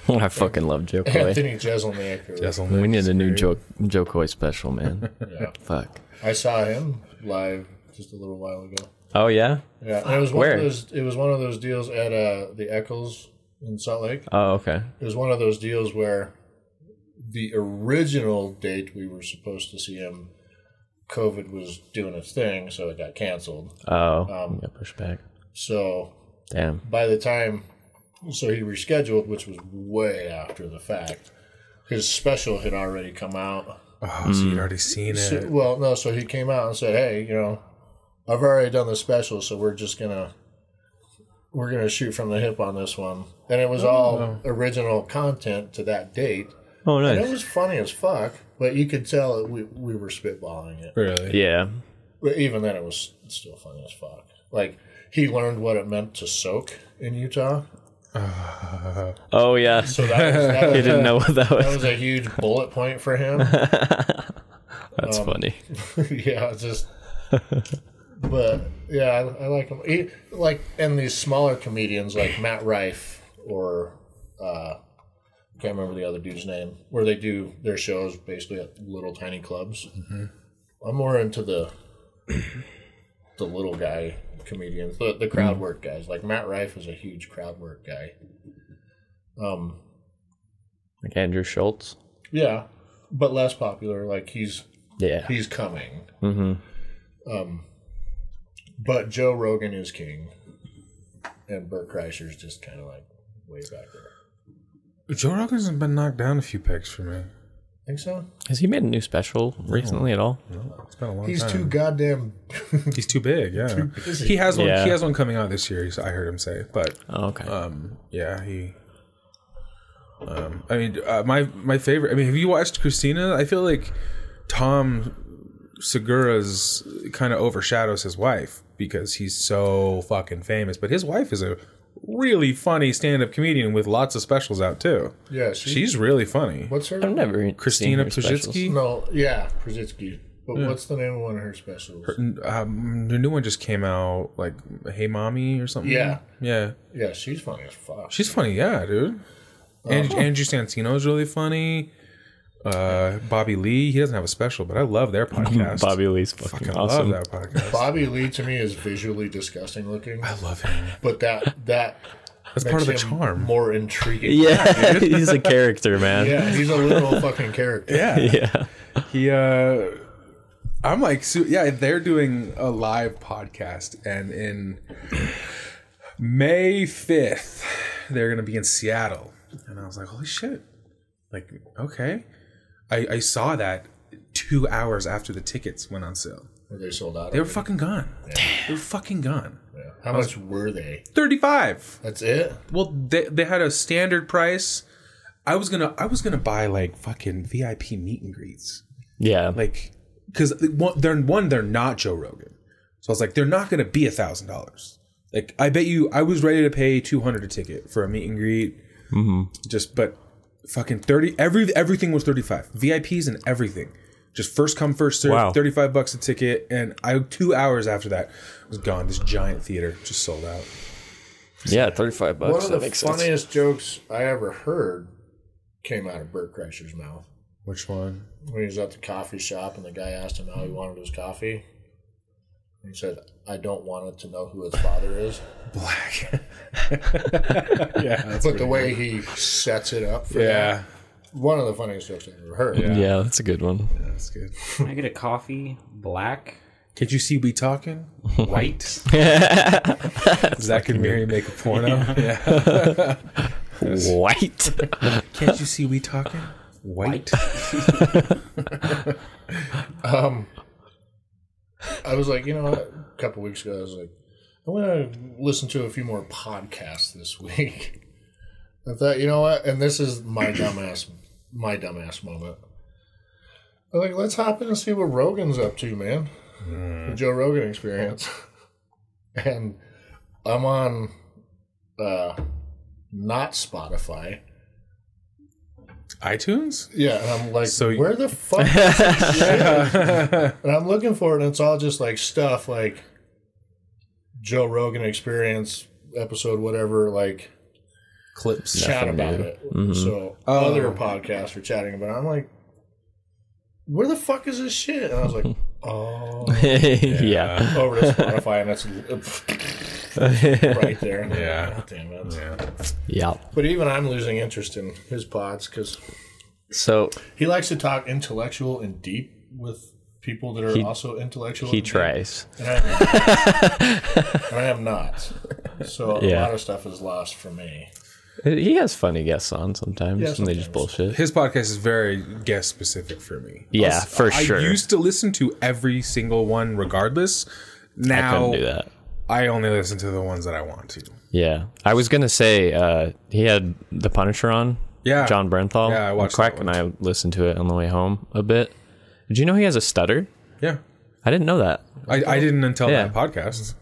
I fucking love
<laughs>
Jokoi.
Anthony Jeselnik. or-
Oh,
We need a new jo- Jokoi special, man.
Yeah.
Fuck.
I saw him live just a little while ago.
Oh yeah.
Yeah, and it was one
Where?
of those. It was one of those deals at uh, the Eccles in Salt Lake.
Oh okay.
It was one of those deals where the original date we were supposed to see him, COVID was doing its thing, so it got canceled.
Oh, um, got pushed back.
So
Damn.
by the time, so he rescheduled, which was way after the fact. His special had already come out.
Oh, so you'd already seen
So-
it.
well, no, so he came out and said, "Hey, you know, I've already done the special, so we're just gonna we're gonna shoot from the hip on this one." And it was all original content to that date.
Oh
And it
nice.
was funny as fuck, but you could tell it, we we were spitballing it.
Really?
Yeah.
But even then, it was still funny as fuck. Like he learned what it meant to soak in Utah,
Oh yeah.
so that was, that was,
I didn't know what that
that
was.
was a huge bullet point for him.
That's funny.
<laughs> yeah, it's just. but yeah, I, I like him. He, like, and these smaller comedians like Matt Rife or uh, I can't remember the other dude's name, where they do their shows basically at little tiny clubs. I'm more into the <clears throat> the little guy comedians, the, the crowd work guys. Like Matt Rife is a huge crowd work guy. Um,
Like Andrew Schultz.
yeah, but less popular. Like he's
Yeah.
he's coming. Um,
Mm-hmm.
But Joe Rogan is king, and Burt Kreischer's just kind of like way back there.
Joe Rogan's been knocked down a few pegs for me.
Think so?
Has he made a new special recently at all?
It's been a long
He's
time.
too goddamn.
He's too
<laughs>
big. Yeah. he has one.
Yeah.
He has one coming out this year. he's- I heard him say, but
Oh, okay.
um, yeah, he. Um, I mean, uh, my my favorite. I mean, have you watched Christina? I feel like Tom Segura's kind of overshadows his wife because he's so fucking famous. But his wife is a really funny stand-up comedian with lots of specials out too.
Yeah, she,
She's really funny.
What's her?
I've never seen
Christina
her specials.
Pajitsky.
No, yeah, Przitsky. But what's the name of one of her specials?
Um, the new one just came out, like "Hey Mommy" or something.
Yeah.
yeah.
yeah, she's funny as fuck.
She's funny, yeah, dude. And Andrew Santino's really funny. Uh, Bobby Lee, he doesn't have a special, but I love
<laughs>
their podcast.
Bobby Lee's fucking,
I
<laughs> awesome.
love that podcast.
Bobby Lee to me is visually disgusting looking,
I love him.
but that that
That's
makes
part of the
him
charm.
More intriguing.
Yeah, <laughs> he's a character, man.
Yeah, he's a literal fucking character.
yeah,
Yeah.
he. Uh, I'm like, su- yeah, they're doing a live podcast, and in May 5th, they're gonna be in Seattle, and I was like, holy shit, like, okay, I, I saw that two hours after the tickets went on sale.
Were they sold out?
They were fucking gone. They were fucking gone.
How much were they?
35.
That's it.
Well, they, they had a standard price. I was going to I was going to buy like fucking VIP meet and greets.
Yeah.
Like cuz one they're one they're not Joe Rogan. So I was like they're not going to be a $1000. Like I bet you I was ready to pay 200 a ticket for a meet and greet. Just but fucking 30 every everything was 35. VIPs and everything. Just first come first serve,
Wow.
35 bucks a ticket and I 2 hours after that was gone. This giant theater just sold out.
yeah, 35 bucks.
One of
that
the
makes sense.
funniest jokes I ever heard came out of Bert Kreischer's mouth
Which one?
when he was at the coffee shop and the guy asked him how he wanted his coffee. And he said, I don't want it to know who its father is.
<laughs>
<laughs>
Black. yeah. That's
But the way he sets it up for
yeah.
that, one of the funniest jokes I ever heard.
Yeah.
Yeah, that's a good one. <laughs>
That's good.
Can I get a coffee? Black,
Could you see we talking?
white.
Zach and Mary make a porno. <laughs> Yeah.
White.
Can't you see we talking? White.
I was like, you know what? A couple weeks ago, I was like, I'm going to listen to a few more podcasts this week. <laughs> I thought, you know what? And this is my dumbass, my dumbass moment. I'm like, let's hop in and see what Rogan's up to, man. The Joe Rogan experience. <laughs> and I'm on uh, not Spotify.
iTunes?
Yeah, and I'm like,
So you-
where the fuck? is
<laughs>
this shit? and I'm looking for it, and it's all just like stuff like Joe Rogan Experience episode, whatever. Like
clips.
<laughs>
chat about
dude.
it.
Mm-hmm.
So other podcasts were chatting about it. I'm like, where the fuck is this shit? And I
<laughs>
was like, oh,
<laughs> yeah.
over to Spotify, and that's <laughs> right there. And I'm like,
Yeah.
God damn it.
Yeah.
Yeah.
But even I'm losing interest in his pods because
So
he likes to talk intellectual and deep with people that are also intellectual.
he
and deep.
tries.
And I am, and I am not. So a
Yeah.
lot of stuff is lost for me.
He has funny guests on sometimes,
Yeah,
and they just bullshit.
His podcast is very guest specific for me.
Yeah, for
I
sure.
used to listen to every single one regardless.
I couldn't do
Now
that.
I only listen to the ones that I want to.
Yeah, I was gonna say uh, he had the Punisher on.
Yeah.
John Brenthal.
Yeah, I
and
watched
Quack,
that one.
and I listened to it on the way home a bit. Did you know he has a stutter?
Yeah.
I didn't know that.
I, I didn't until
Yeah.
that podcast.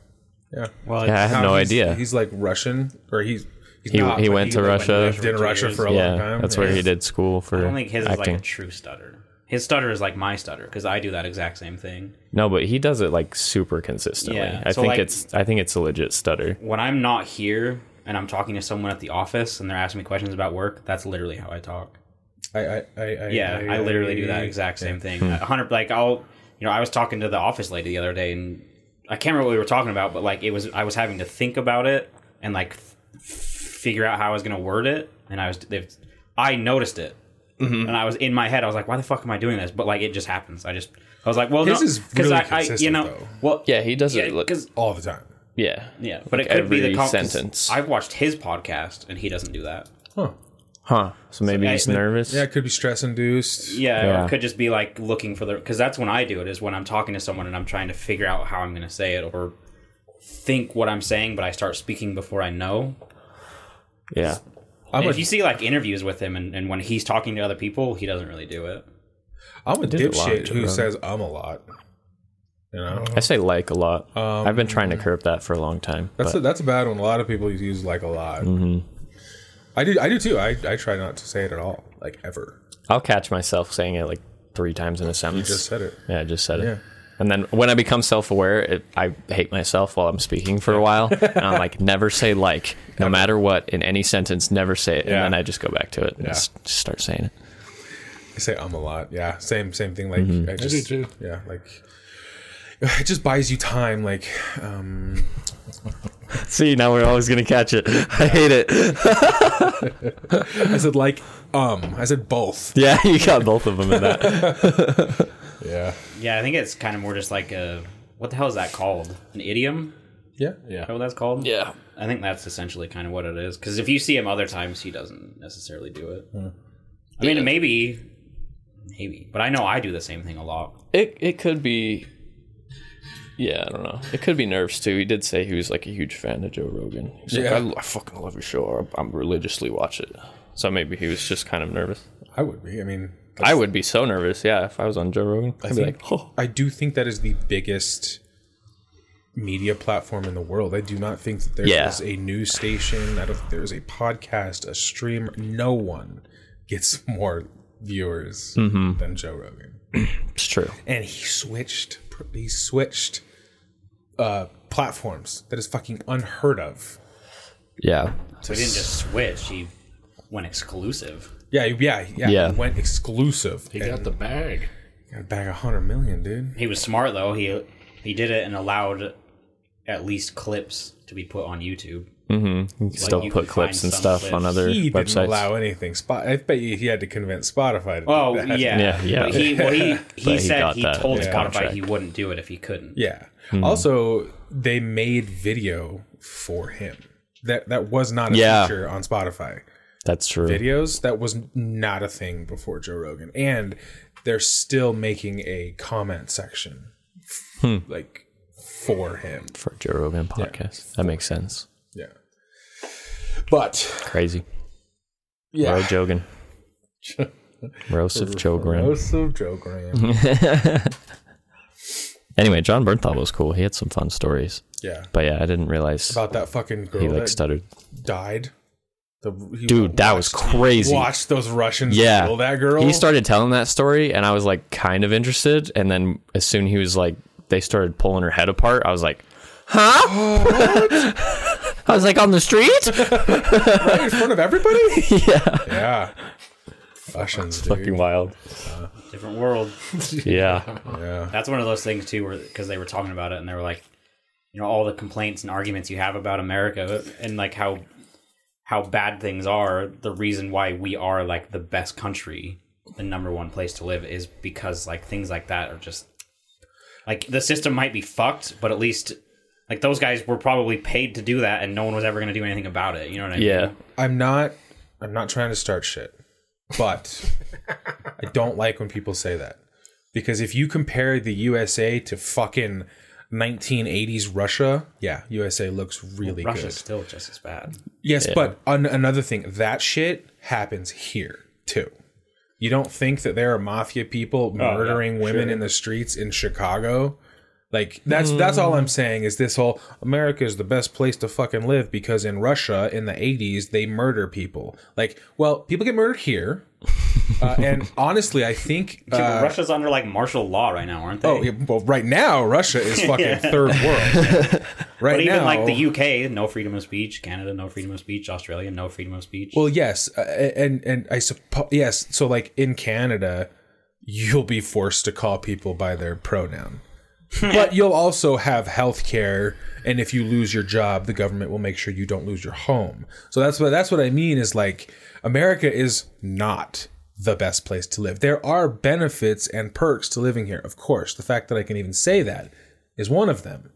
Yeah.
Well,
Yeah, I had
Now
no
he's-
idea.
He's like Russian or he's, he's
He-
not,
he
but
went to Russia.
lived in
for two
Russia
years.
for a long
yeah,
time.
that's
Yeah.
where he did school for
I don't think his is
acting.
like a true stutter. His stutter is like my stutter because I do that exact same thing.
no, but he does it like super consistently.
Yeah,
I
so,
think
like-
it's I think it's a legit stutter.
When I'm not here and I'm talking to someone at the office and they're asking me questions about work, that's literally how I talk.
I, I, I, I,
Yeah, I, literally do that exact same thing. A hundred, like I'll, you know, I was talking to the office lady the other day, and I can't remember what we were talking about, but like it was, I was having to think about it and like f- figure out how I was gonna word it, and I was, they've, I noticed it,
Mm-hmm.
and I was in my head, I was like, why the fuck am I doing this? But like it just happens. I just, I was like, well,
His
no,
is
'cause
really
I, I, you
consistent,
know,
though.
well,
Yeah, he does
yeah,
it. Look,
because.
all the time.
yeah,
Yeah, but
Like
it could be the
every
com- 'cause
sentence.
I've watched his podcast and he doesn't do that.
Huh.
Huh? So maybe
I-
he's
but-
nervous.
Yeah, it could be stress induced.
Yeah,
Yeah.
Or it could just be like looking for the because that's when I do it is when I'm talking to someone and I'm trying to figure out how I'm going to say it or think what I'm saying, but I start speaking before I know.
yeah.
I'm
And
a,
if you see like interviews with him and, and when he's talking to other people, he doesn't really do it.
I'm a
did a lot,
dipshit who
Jerome.
says I'm a lot. You know,
I say like a lot. I've been trying to curb that for a long time.
Um, that's
but
a, that's a bad one. A lot of people use like a lot. I do I do too. I, I try not to say it at all, like ever.
I'll catch myself saying it like three times in a sentence.
Just said it.
Yeah, I just said it.
Yeah.
And then when I become self-aware, it, I hate myself while I'm speaking for a while,
<laughs>
and I'm like, never say like, no matter what, in any sentence, never say it. And
Yeah.
then I just go back to it and
Yeah.
just, just start saying it.
I say I'm a lot. Yeah, same same thing. Like I just
too.
yeah, like <sighs> it just buys you time. Like um,
See, now we're always gonna catch it. <laughs> I hate it.
I said, like um, I said both.
<laughs> Yeah, you got both of them in that.
Yeah,
Yeah, I think it's kind of more just like a what the hell is that called? An idiom?
yeah,
Is that what that's called?
Yeah.
I think that's essentially kind of what it is. Because if you see him other times, he doesn't necessarily do it. I mean, maybe, maybe, but I know I do the same thing a lot.
It it could be. Yeah, I don't know. It could be nerves too. He did say he was like a huge fan of Joe Rogan. He's
Yeah.
like, I, I fucking love your show. I, I'm religiously watch it. So maybe he was just kind of nervous.
I would be. I mean,
I would be so nervous, yeah, if I was on Joe Rogan. I'd be like, oh,
I do think that is the biggest media platform in the world. I do not think that there is
Yeah.
a news station. I don't think there is a podcast, a stream. No one gets <laughs> more viewers
Mm-hmm.
than Joe Rogan.
it's true.
And he switched. He switched uh, platforms. That is fucking unheard of.
Yeah.
So he didn't just switch; he went exclusive.
Yeah, yeah, yeah.
Yeah.
He went exclusive.
He got the bag.
got a bag of hundred million, dude.
He was smart though. He he did it and allowed at least clips to be put on YouTube.
Mm-hmm. You can still
you
put
can
clips
find
and
some
stuff
clips.
on other
He didn't
websites.
allow anything. Spot. I bet you he had to convince Spotify. To do
<laughs>
Oh
that.
yeah,
Yeah, yeah.
But he
<laughs>
well, he, he
he
said
got
he,
that
told
in his
Spotify
contract.
he wouldn't do it if he couldn't.
Yeah.
Hmm.
Also, they made video for him. That that was not a
Yeah.
feature on Spotify.
That's true.
Videos that was not a thing before Joe Rogan, and they're still making a comment section
Hmm.
like for him.
For Joe Rogan podcast. That makes sense.
Yeah. But
Crazy.
yeah,
Roe Jogan.
<laughs>
Rosef Jogan.
Most of Joe
<laughs>
Graham.
Anyway, John Bernthal was cool. He had some fun stories.
yeah.
But yeah, I didn't realize
About that fucking girl
he like
that
stuttered.
died. The, he
Dude, that was crazy.
Watch those Russians
Yeah.
kill that girl.
He started telling that story and I was like kind of interested. And then as soon
<gasps>
he was like they started pulling her head apart, I was like, Huh? <laughs> I was like on the street.
<laughs> right in front of everybody.
<laughs> yeah,
yeah, Russians, dude.
fucking wild.
Different world.
Yeah,
yeah.
That's one of those things too, where because they were talking about it and they were like, you know, all the complaints and arguments you have about America and like how how bad things are. The reason why we are like the best country, the number one place to live, is because like things like that are just like the system might be fucked, but at least like those guys were probably paid to do that, and no one was ever going to do anything about it. You know what I mean?
yeah.
I'm not. I'm not trying to start shit, but I don't like when people say that because if you compare the USA to fucking 1980s Russia, yeah, USA looks really
Russia's
good.
still just as bad.
Yes, but an- another thing, that shit happens here too. You don't think that there are mafia
Oh,
people murdering women in the streets in Chicago? Like that's that's all I'm saying is this whole America is the best place to fucking live because in Russia in the 80s they murder people. Like, well, people get murdered
<laughs>
here, uh, and honestly, I think
Dude,
uh,
Russia's under like martial law right now, aren't they?
oh, yeah, well, right now Russia
<laughs>
is fucking third world. Right
But even
now,
like the UK, no freedom of speech. Canada, no freedom of speech. Australia, no freedom of speech.
Well, yes, uh, and and I suppose yes. So like in Canada, you'll be forced to call people by their pronoun, but you'll also have health care, and if you lose your job, the government will make sure you don't lose your home. So that's what that's what I mean is like America is not the best place to live. There are benefits and perks to living here, of course. The fact that I can even say that is one of them.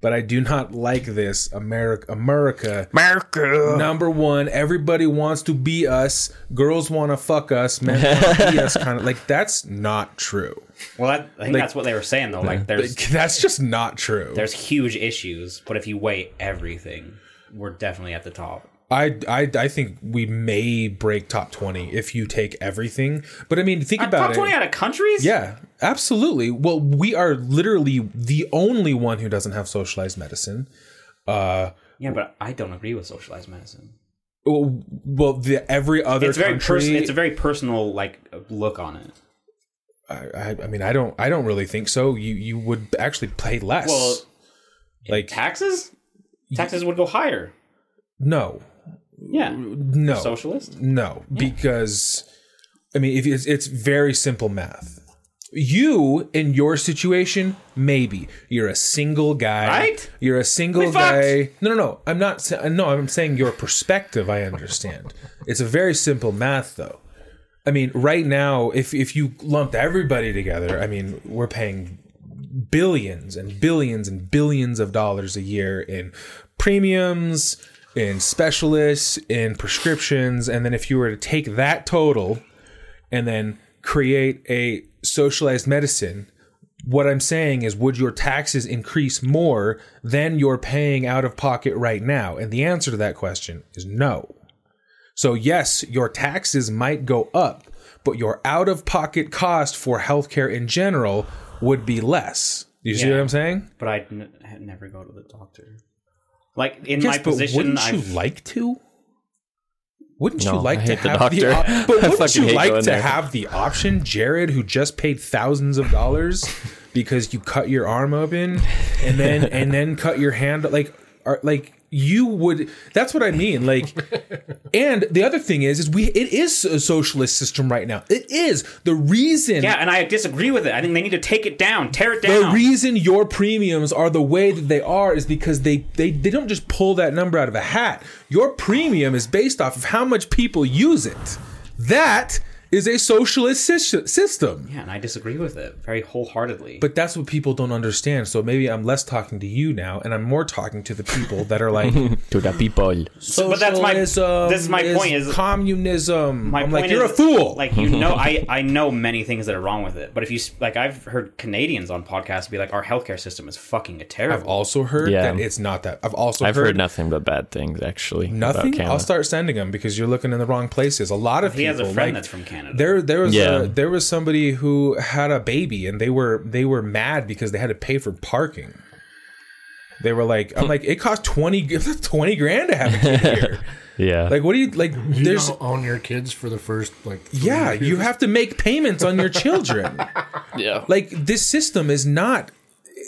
But I do not like this America America
America.
<laughs> number one everybody wants to be us girls want to fuck us men want
<laughs>
to be us kind of like that's not true
Well, that, I think that's what they were saying though. Like, there's
Like, that's just not true
there's huge issues, but if you weigh everything, we're definitely at the top.
I, I i think we may break top 20 if you take everything but i mean think about
Uh, Top
it
twenty out of countries.
yeah absolutely well we are literally the only one who doesn't have socialized medicine uh
yeah, but I don't agree with socialized medicine.
well, well the every other
It's very
country
personal. It's a very personal like look on it.
I, I- I mean i don't i don't really think so you you would actually pay less
Well,
like
taxes, taxes would go higher.
no
Yeah,
no
socialist.
No, because I mean, if it's, it's very simple math. You in your situation, maybe you're a single guy.
Right?
You're a single
We fucked.
guy. No, no, no. I'm not. sa- No, I'm saying your perspective. I understand. it's a very simple math, though. I mean, right now, if if you lumped everybody together, I mean, we're paying billions and billions and billions of dollars a year in premiums, in specialists, in prescriptions, and then if you were to take that total and then create a socialized medicine, what I'm saying is would your taxes increase more than you're paying out of pocket right now? And the answer to that question is no. So, yes, your taxes might go up, but your out of pocket cost for healthcare in general would be less. You see what I'm saying?
But I'd n- never go to the doctor. Like in
Yes,
my
but
position,
wouldn't
I
you like to? Wouldn't you
No,
like
I
to
hate the
have
<laughs> doctor.
op-
I
but wouldn't
fucking
you
hate
like
going
to
there.
have the option, Jared, who just paid thousands of
<laughs>
dollars because you cut your arm open and then and then cut your hand like are, like you would that's what I mean like and the other thing is is we it is a socialist system right now it is the reason
Yeah, and I disagree with it. I think they need to take it down, tear it
the
down.
reason your premiums are the way that they are is because they, they they don't just pull that number out of a hat. Your premium is based off of how much people use it. That is a socialist sys- system.
yeah, and I disagree with it very wholeheartedly.
But that's what people don't understand. So maybe I'm less talking to you now, and I'm more talking to the people that are like,
To the people.
socialism.
<laughs> but that's my- this is my point is-
communism.
my
I'm
point
like, you're
is,
a fool.
Like
<laughs>
you know, I I know many things that are wrong with it. But if you s- like, I've heard Canadians on podcasts be like, "Our healthcare system is fucking a
I've
terrible."
also heard
Yeah.
that it's not that. I've also
I've heard nothing but bad things, actually. About
Nothing.
Canada.
I'll start sending them because you're looking in the wrong places. A lot of
he
people
has a friend
like,
that's from Canada.
There, there was
Yeah.
a, there was somebody who had a baby, and they were they were mad because they had to pay for parking. They were like,
Hmm.
"I'm like, it cost 20, <laughs> g- 20 grand to have a kid here.
Yeah.
like, what do you like?
You
There's
don't own your kids for the first like. three
yeah,
years.
you have to make payments on your children.
yeah.
like this system is not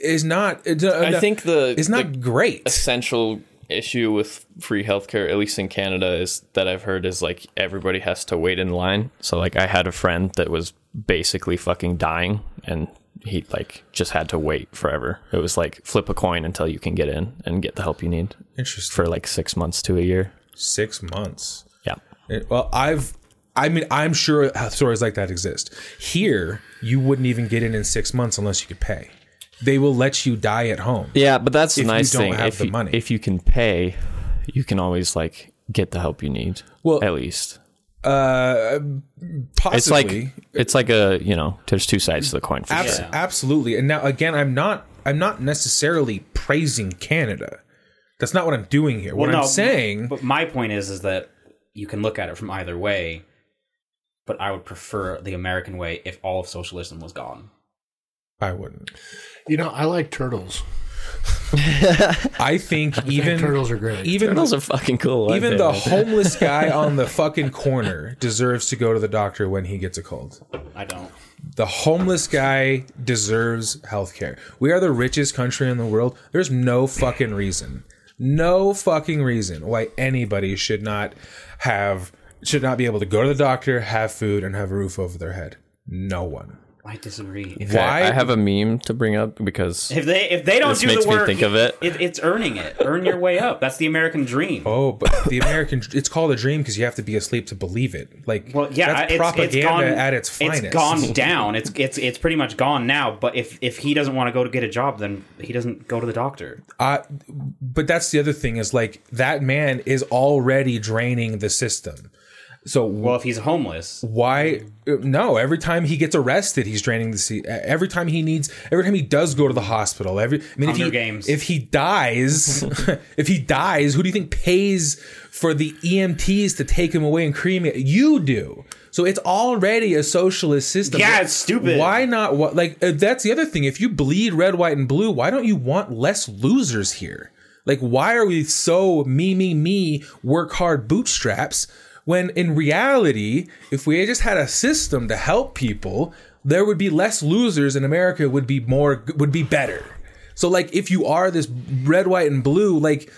is not.
I think the
it's not great.
essential issue with free healthcare, at least in Canada, is that I've heard is like everybody has to wait in line. So like I had a friend that was basically fucking dying and he like just had to wait forever. It was like flip a coin until you can get in and get the help you need
Interesting.
for like six months to a year.
Six months.
Yeah.
It- Eh, Well, I've. I mean, I'm sure health stories like that exist. Here, you wouldn't even get in in six months unless you could pay. They will let you die at home.
Yeah, but that's the
If you
nice
don't
thing.
have
if,
the
you,
money.
if you can pay, you can always like get the help you need.
Well-
at least
Uh, Possibly.
it's like it's like a you know there's two sides to the coin. For
Abs-
sure.
Absolutely. And now again, I'm not I'm not necessarily praising Canada. That's not what I'm doing here. what
Well,
I'm
no,
saying,
But my point is, is that you can look at it from either way. But I would prefer the American way if all of socialism was gone.
I wouldn't.
You know, I like turtles.
I
<laughs>
think even
turtles are great.
Even
Those are fucking cool.
even
aren't
the
they?
homeless guy on the fucking corner deserves to go to the doctor when he gets a cold.
I don't.
The homeless guy deserves health care. We are the richest country in the world. There's no fucking reason. No fucking reason why anybody should not have should not be able to go to the doctor, have food, and have a roof over their head. No one.
I disagree. If,
Okay,
Why
I have a meme to bring up because
if they if they don't
This
do
makes
the
me
work,
think of it.
It's earning it. Earn your way up. That's the American dream.
Oh, but the American it's called a dream because you have to be asleep to believe it. Like
Well, yeah,
that's
it's,
propaganda
it's gone,
at its finest.
It's gone down. It's it's it's pretty much gone now. But if if he doesn't want to go to get a job, then he doesn't go to the doctor.
I, but that's the other thing is like that man is already draining the system. So
Well, if he's homeless,
why no every time he gets arrested he's draining the sea every time he needs every time he does go to the hospital every i mean if
Hunger
he,
Games.
if he dies <laughs> if he dies who do you think pays for the emts to take him away and cremate you do so it's already a socialist system
Yeah, it's stupid.
why not what like uh, that's the other thing if you bleed red white and blue why don't you want less losers here like why are we so me me me work hard bootstraps when in reality if we just had a system to help people there would be less losers and america would be more would be better so like if you are this red white and blue like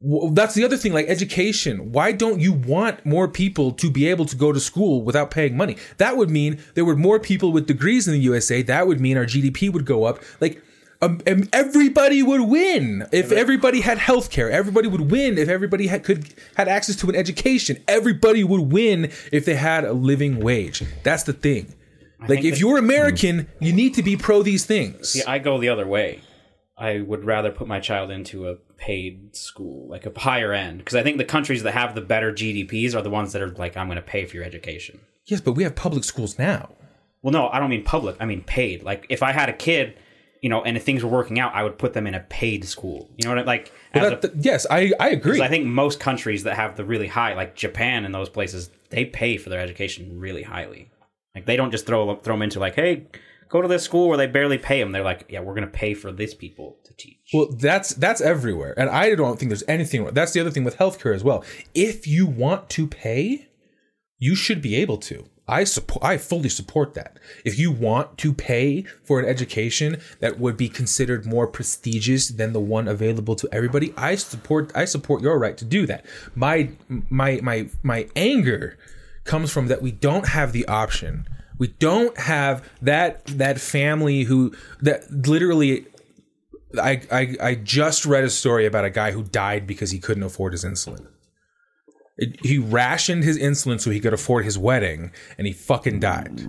w- that's the other thing like education why don't you want more people to be able to go to school without paying money that would mean there were more people with degrees in the usa that would mean our gdp would go up like um, um, everybody would win if everybody had health care everybody would win if everybody had, could had access to an education everybody would win if they had a living wage that's the thing like
think
if
that- Hmm.
you're american you need to be pro these things
I go the other way. I would rather put my child into a paid school, like a higher end, because I think the countries that have the better GDPs are the ones that are like, I'm going to pay for your education.
yes but we have public schools now
Well, no, I don't mean public. I mean paid. Like if I had a kid, you know, and if things were working out, I would put them in a paid school. You know what I like? as a-
That- that- yes i, I agree
Because I think most countries that have the really high, like Japan and those places, they pay for their education really highly. Like they don't just throw throw them into like, hey, go to this school where they barely pay them. They're like, yeah, we're gonna pay for these people to teach.
Well, that's that's everywhere, and I don't think there's anything. wrong. That's the other thing with healthcare as well. If you want to pay, you should be able to. I support. I fully support that. If you want to pay for an education that would be considered more prestigious than the one available to everybody, I support. I support your right to do that. My my my my anger comes from that we don't have the option. We don't have that that family who that literally I, I I just read a story about a guy who died because he couldn't afford his insulin. It- he rationed his insulin so he could afford his wedding, and he fucking died.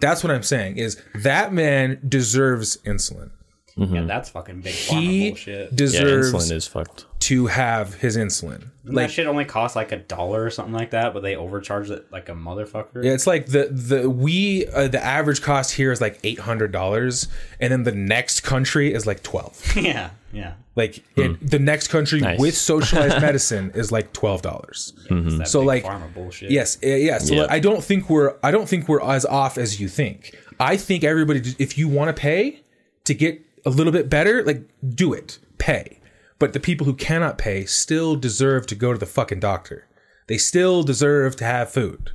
That's what I'm saying. Is that man deserves insulin?
Yeah, that's fucking big pharma
He
bullshit.
yeah,
deserves
insulin is fucked.
to have his insulin.
Doesn't that shit only costs like a dollar or something like that, but they overcharge it like a motherfucker.
Yeah, it's like the the we uh, the average cost here is like eight hundred dollars, and then the next country is like twelve.
<laughs> yeah, yeah.
Like it, the next country
Hmm. Nice. <laughs>
with socialized medicine is like twelve dollars.
It's that
So,
big
like,
pharma bullshit.
Yes, uh, yeah. So
Yeah.
like, I don't think we're I don't think we're as off as you think. I think everybody, if you want to pay to get a little bit better, like do it, pay. But the people who cannot pay still deserve to go to the fucking doctor. They still deserve to have food.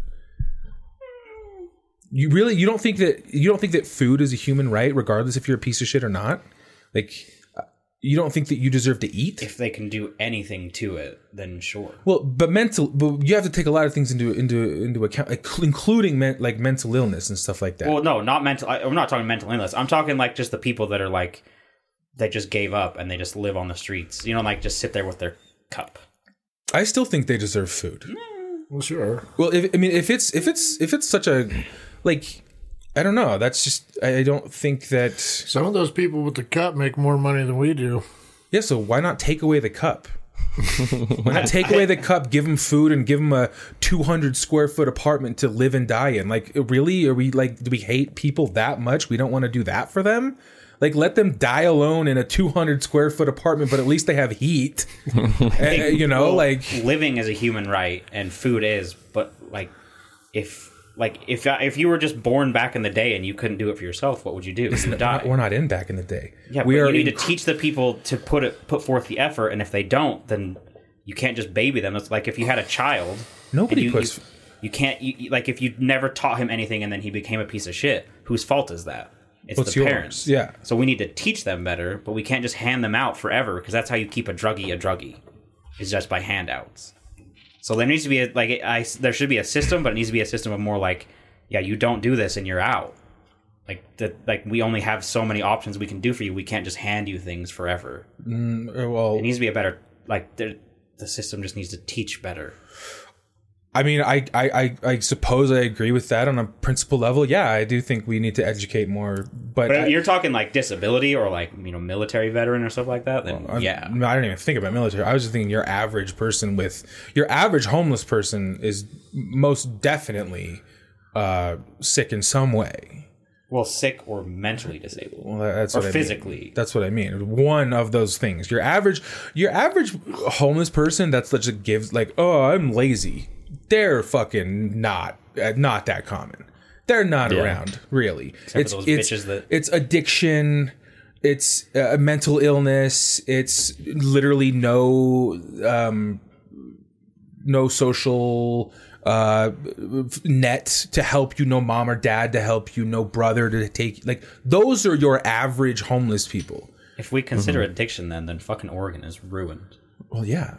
You really you don't think that you don't think that food is a human right, regardless if you're a piece of shit or not. Like uh, you don't think that you deserve to eat?
If they can do anything to it, then sure.
Well, but mental, but you have to take a lot of things into into into account, like, including men, like mental illness and stuff like that.
Well, no, not mental. I, I'm not talking mental illness. I'm talking like just the people that are like that just gave up and they just live on the streets. You know, like just sit there with their cup.
I still think they deserve food.
Well, sure.
Well, if, I mean, if it's if it's if it's such a like, I don't know. That's just I, I don't think that.
Some of those people with the cup make more money than we do.
Yeah, so why not take away the cup? why not take away the cup? Give them food and give them a two hundred square foot apartment to live and die in. Like, really? Are we like? Do we hate people that much? We don't want to do that for them. Like, let them die alone in a two hundred square foot apartment, but at least they have heat. Eh, you know,
Well,
like
living is a human right and food is, but like if like if if you were just born back in the day and you couldn't do it for yourself, what would you do? You would die.
we're not in back in the day.
Yeah,
we
but
are.
you need
in-
to teach the people to put it put forth the effort, and if they don't, then you can't just baby them. It's like if you had a child,
Nobody
and you,
puts-
You, you can't you, you- like if you never taught him anything, and then he became a piece of shit. Whose fault is that? It's
Well, it's
the
yours,
parents.
yeah.
So we need to teach them better, but we can't just hand them out forever because that's how you keep a druggie a druggie. Is just by handouts. So there needs to be a, like I there should be a system, but it needs to be a system of more like, yeah, you don't do this and you're out like that like we only have so many options we can do for you we can't just hand you things forever
uh, well,
it needs to be a better like the, the system just needs to teach better
I mean, I, I, I, I suppose I agree with that on a principle level. Yeah, I do think we need to educate more, but,
but
I,
you're talking like disability or like you know military veteran or stuff like that then
I'm-
yeah
no, I didn't even think about military. I was just thinking your average person with your average homeless person is most definitely uh, sick in some way.
well sick or mentally disabled
Well, that- that's
or
what I mean.
physically
That's what I mean. One of those things. Your average, your average homeless person that's that just gives like, oh, I'm lazy. They're fucking not uh, not that common. They're not around really. it's
those
it's
bitches that-
it's addiction. It's uh, mental illness. It's literally no um, no social uh net to help you no mom or dad to help you no brother to take like those are your average homeless people
if we consider
Mm-hmm.
addiction then then fucking oregon is ruined <laughs>
well yeah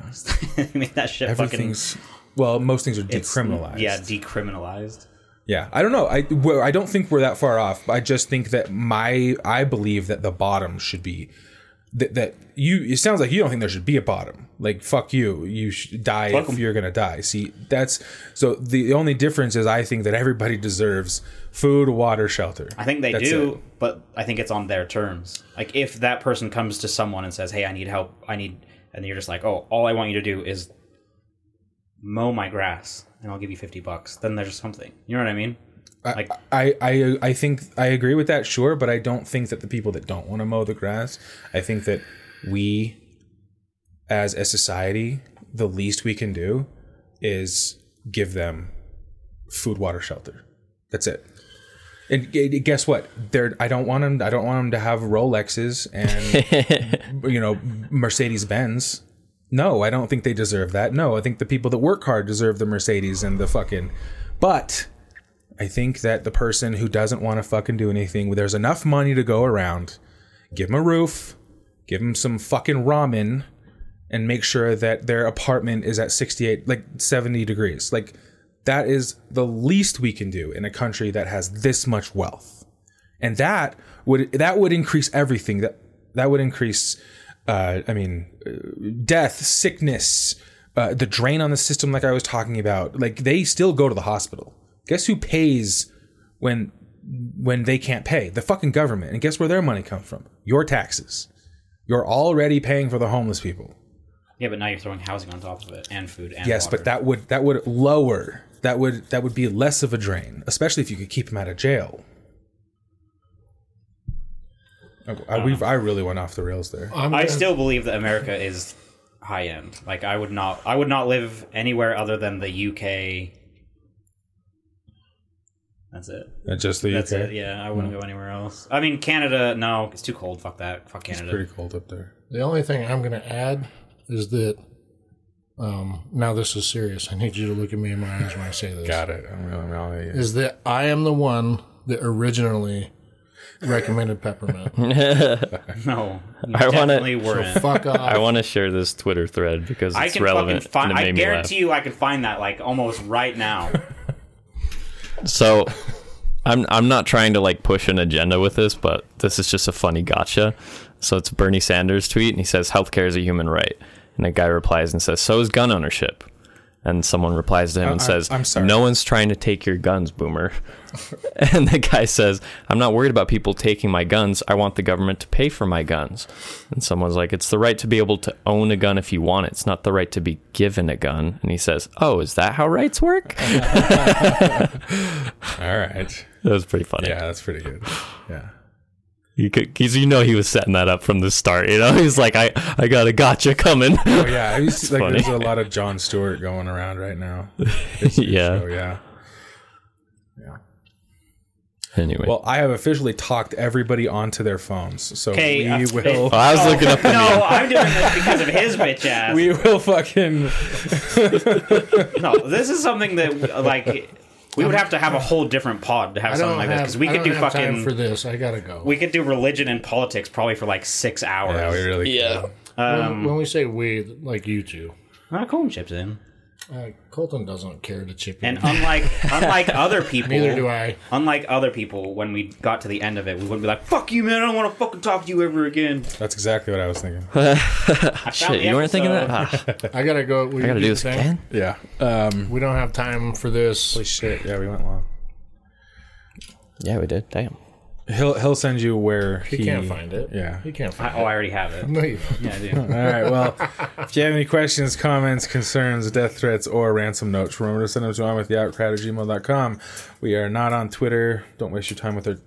i mean that shit fucking
everything's well most things are
it's-
decriminalized
yeah decriminalized
yeah i don't know i well, i don't think we're that far off i just think that my i believe that the bottom should be that, that you it sounds like you don't think there should be a bottom like fuck you you should die if you're gonna die see that's so the only difference is i think that everybody deserves food water shelter
I think they
That's
do,
it.
but I think it's on their terms. Like if that person comes to someone and says, "Hey, I need help. I need," and you're just like, "Oh, all I want you to do is mow my grass, and I'll give you fifty bucks." Then there's something. You know what I mean? Like
I, I I think I agree with that, sure, but I don't think that the people that don't want to mow the grass, I think that we, as a society, the least we can do is give them food, water, shelter. That's it. And g- g- guess what? They're, I don't want them. I don't want them to have Rolexes and you know Mercedes Benz. No, I don't think they deserve that. No, I think the people that work hard deserve the Mercedes and the fucking. But I think that the person who doesn't want to fucking do anything, where there's enough money to go around, give them a roof, give them some fucking ramen, and make sure that their apartment is at 68, like 70 degrees. Like, that is the least we can do in a country that has this much wealth. And that would that would increase everything. That that would increase, uh, I mean, death, sickness, uh, the drain on the system, like I was talking about. Like they still go to the hospital. Guess who pays when when they can't pay? The fucking government. And guess where their money comes from? Your taxes. You're already paying for the homeless people.
yeah, but now you're throwing housing on top of it and food and
Yes,
water.
but that would that would lower that would that would be less of a drain, especially if you could keep them out of jail. Okay, I, we've, I really went off the rails there.
I'm
I
gonna-
still believe that America is high end. Like I would not, I would not live anywhere other than the UK. That's it.
Uh, Just the UK.
That's it. Yeah, I
Mm.
wouldn't go anywhere else. I mean, Canada. No, it's too cold. Fuck that. Fuck Canada.
Pretty cold up there.
The only thing I'm going to add is that. Um, now this is serious. I need you to look at me in my eyes when I say this.
Got it. I'm really, I'm really-
Is that I am the one that originally Recommended peppermint.
<laughs> No, you
I wanna-
definitely weren't. <laughs>
Fuck off.
I want to share this Twitter thread because
I
it's
can
relevant
fucking find.
and it
I
made me laugh.
guarantee you, I can find that like almost right now.
<laughs>
So I'm I'm not trying to like push an agenda with this, but this is just a funny gotcha. So it's Bernie Sanders tweet and he says healthcare is a human right. And a guy replies and says, So is gun ownership. And someone replies to him and
Uh, I-
says,
I'm sorry.
No one's trying to take your guns, boomer. <laughs> and the guy says, I'm not worried about people taking my guns. I want the government to pay for my guns. And someone's like, It's the right to be able to own a gun if you want it. It's not the right to be given a gun. And he says, Oh, is that how rights work? <laughs> that
All right.
was pretty funny.
Yeah, that's pretty good. Yeah.
You could, cause you know he was setting that up from the start. You know, <laughs> he's like, I, I got a gotcha coming.
Oh yeah, I used to, like
funny.
there's a lot of John Stewart going around right <laughs> now. So
<laughs> yeah.
yeah.
Anyway,
Well, I have officially talked everybody onto their phones, so
Okay,
we
uh,
will.
Well, I was
Oh,
looking
<laughs>
up. The
No, I'm doing this because of
<laughs>
his bitch
<laughs>
ass.
we will fucking.
no, this is something that like we would have to have a whole different pod to have
I
something
don't
like
have,
this because we
I
could do
don't have time
fucking
for this. I gotta go.
we could do religion and politics probably for like six hours.
Yeah, we really.
yeah.
Um,
Um,
when, when we say we, like you two,
Ah, Colton chips in,
uh, Colton doesn't care to chip in.
and unlike unlike other people,
Neither do I.
Unlike other people, when we got to the end of it, we wouldn't be like, "Fuck you, man! I don't want to fucking talk to you ever again."
That's exactly what I was thinking.
I found
Shit,
the
you weren't thinking that?
episode.
Ah,
I gotta go. We
I gotta do this
thing.
again.
Yeah. Um.
We don't have time for this.
Holy shit. Yeah, we went long.
Yeah, we did. Damn.
He'll he'll send you where
He,
he,
can't find it.
Yeah.
he can't
I,
find
oh, I already have it.
it. <laughs> No, you don't.
Yeah, I do.
All right. Well, if you have any questions, comments, concerns, death threats, or ransom notes, remember to send them to on with the outcrowd at gmail.com. We are not on Twitter. Don't waste your time with our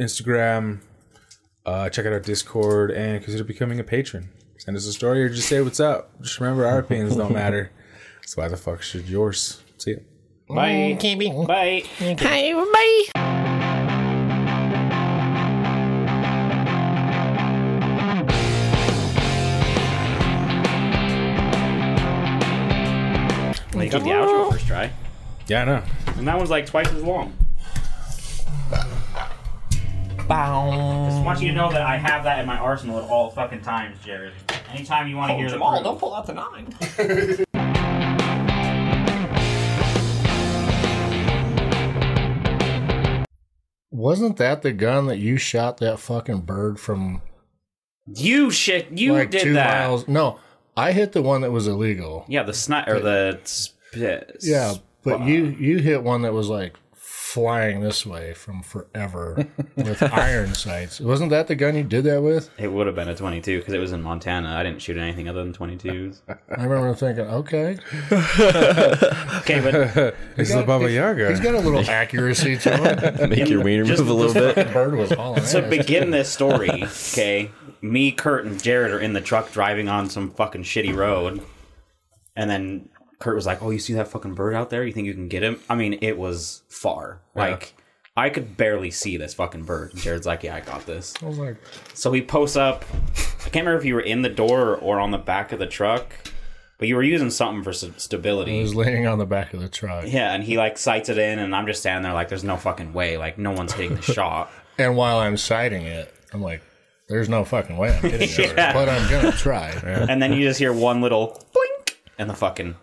Instagram. Uh, check out our Discord and consider becoming a patron. Send us a story or just say what's up. Just remember, our opinions don't matter. So why the fuck should yours? See ya.
Bye.
Can't be.
Bye. Well, you got the outro first try,
Yeah, I know.
and that one's like twice as long. Just want you to know that I have that in my arsenal at all fucking times, Jared. Anytime you want to hear the proof.
pull out the nine.
Wasn't that the gun that you shot that fucking bird from
You shit. You
like
did
two
that.
miles? No, I hit the one that was illegal.
Yeah, the snipe or the sp-
Yeah, but you you hit one that was like flying this way
<laughs>
from forever with iron sights. Wasn't that the gun you did that with?
It would have been a 22 because it was in Montana. I didn't shoot anything other
<laughs>
than 22s.
I remember thinking, okay,
Okay, but
This is the Baba Yaga.
he's got a little accuracy to him.
<laughs>
Make your wiener
just-
move a little bit.
The bird was hauling ass. <laughs>
to begin this story, okay, me, Kurt, and Jared are in the truck driving on some fucking shitty road, and then Kurt was like, "Oh, you see that fucking bird out there? You think you can get him?" I mean, it was far. Like I could barely see this fucking bird. And Jared's like, "Yeah, I got this."
I was like,
So he posts up. I can't remember if you were in the door or on the back of the truck, but you were using something for st-
he
stability.
was laying on the back of the truck.
Yeah, and he like sights it in, and I'm just standing there like, there's no fucking way, like no one's hitting the <laughs> shot.
And while I'm sighting it, I'm like, there's no fucking way I'm hitting it, but I'm gonna try.
And then you just hear one little blink, and the fucking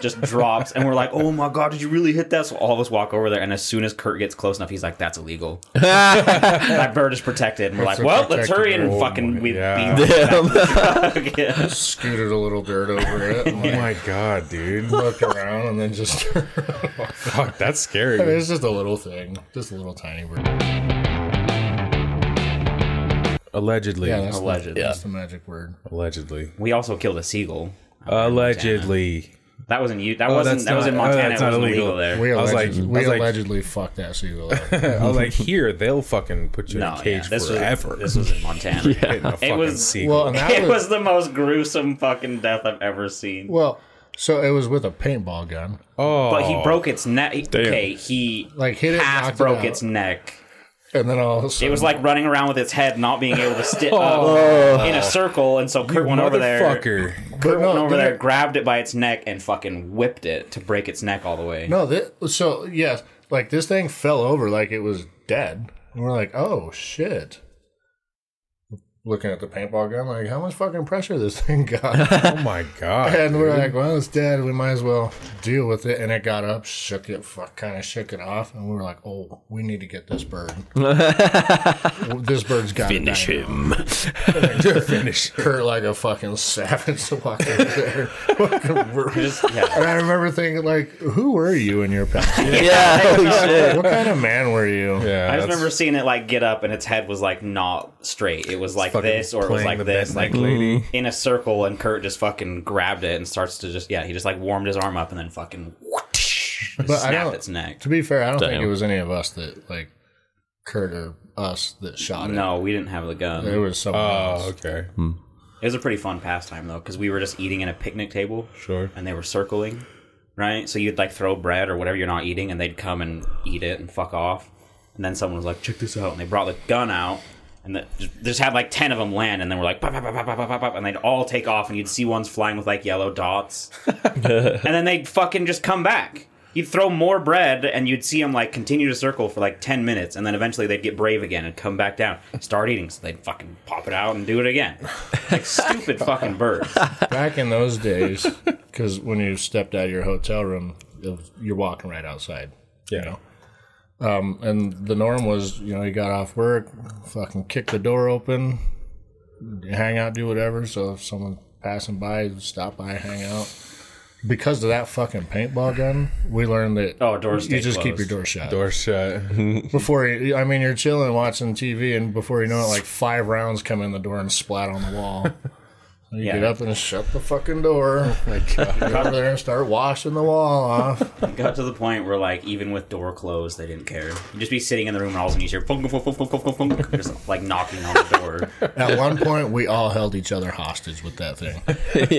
just drops, and we're like, oh my god, did you really hit that? So all of us walk over there, and as soon as Kurt gets close enough, he's like, that's
<laughs>
illegal. that bird is protected, and we're like,
a
well, let's
protected
hurry and
Oh
bird.
fucking we
Yeah.
beat
Damn.
<laughs>
yeah.
Scooted a little dirt over it, and
Oh
like,
my god, dude.
looked around, and then just. <laughs>
Fuck, that's scary.
I mean, it's just a little thing, just a little tiny bird.
Allegedly.
Yeah, that's,
Alleged.
The, that's the magic word.
Allegedly.
<laughs> We also killed a seagull.
Allegedly.
That wasn't you. That
that's
wasn't. That was
not-
in
oh,
Montana.
that's
it
not
was illegal.
illegal.
there.
We
I was
allegedly,
like- I
we
was like-
allegedly fucked
<laughs>
that seagull. up.
I was like, here they'll fucking put you in a cage
this
forever. <laughs>
Was, this was in Montana.
In a fucking
was-
seagull.
well, and
<laughs>
that
It
was,
was the most gruesome fucking death I've ever seen.
well. So it was with a paintball gun.
oh,
But he broke its neck. Okay, he
Like, hit it, knocked
half
it
broke
out.
its neck.
And then all of a sudden,
It was like running around with its head not being able to stick
<laughs> Oh.
up in a circle, and so Kurt went over there.
Oh. Motherfucker.
but
Went over
then
there,
it-
grabbed it by its neck, and fucking whipped it to break its neck all the way.
No, this, so yes, like this thing fell over like it was dead. And we're like, oh shit. Looking at the paintball gun, like, how much fucking pressure this thing got?
Oh my god.
<laughs>
and we're
dude.
like, well, it's dead. We might as well deal with it. And it got up, shook it, fuck, kind of shook it off. And we were like, oh, we need to get this bird. this bird's got
Finish
<laughs>
him.
finish.
Kurt like a fucking savage <laughs> walking there. Fucking we're-
Just, yeah.
and I remember thinking, like, who were you in your past?
Yeah, holy shit.
what kind of man were you?
Yeah,
I
that's
just remember seeing it like get up and its head was like not straight. It was like
fucking
this or it was
playing
like
the
this, like
Midnight lady.
in a circle, and Kurt just fucking grabbed it and starts to just yeah, he just like warmed his arm up and then fucking <laughs> whoosh,
But I
snapped
don't-
its neck.
To be fair, I don't
Damn.
think it was any of us that like Kurt or us that shot it.
No, we didn't have the gun.
It was someone
Oh,
else.
okay.
It was a pretty fun pastime though, because we were just eating at a picnic table,
Sure.
and they were circling, right? So you'd like throw bread or whatever you're not eating, and they'd come and eat it and fuck off. And then someone was like, "Check this out," and they brought the gun out, and the, just, just had like ten of them land, and then we're like, "Pop, pop, pop, pop, pop, pop, pop, pop," and they'd all take off, and you'd see ones flying with like yellow dots, and then they'd fucking just come back. You'd throw more bread, and you'd see them like continue to circle for like ten minutes, and then eventually they'd get brave again and come back down, start eating. So they'd fucking pop it out and do it again. Like stupid fucking birds.
Back in those days, <laughs> because when you stepped out of your hotel room, it was- you're walking right outside.
Yeah.
You know? Um, and the norm was, you know, you got off work, fucking kick the door open, hang out, do whatever. So if someone passing by, stop by, hang out. Because of that fucking paintball gun, we learned that
Oh, doors
you
stay
just keep your
closed.
door shut.
Door shut.
before you, I mean, you're chilling watching TV, and before you know it, like five rounds come in the door and splat on the wall. And you
Yeah.
get up and shut the fucking door. Like, get over there and start washing the wall off.
got to the point where like even with door closed they didn't care you'd just be sitting in the room and all of a sudden you hear funk, funk, funk, funk, funk, funk, funk, just like knocking on the door
At one point, we all held each other hostage with that thing.
<laughs> <laughs>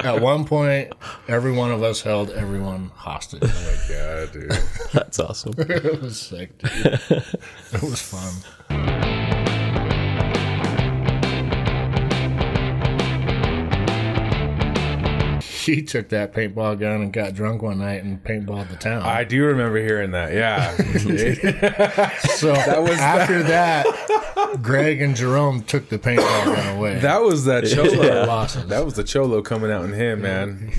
yeah.
At one point, every one of us held everyone hostage.
Oh my god, dude.
That's awesome.
it was
<laughs>
sick, dude. It was fun. He took that paintball gun and got drunk one night and paintballed the town.
I do remember hearing that. Yeah. <laughs>
so after that, Greg and Jerome took the paintball gun away.
that was that cholo.
Their losses.
That was the cholo coming out in him, man.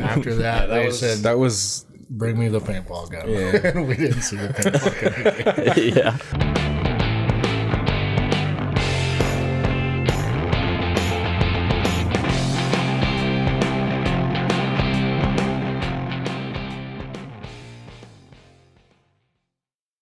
after
that
that, they
was-
said,
That was
"Bring me the paintball gun." <laughs>
Yeah.
and we didn't see the paintball gun.
yeah.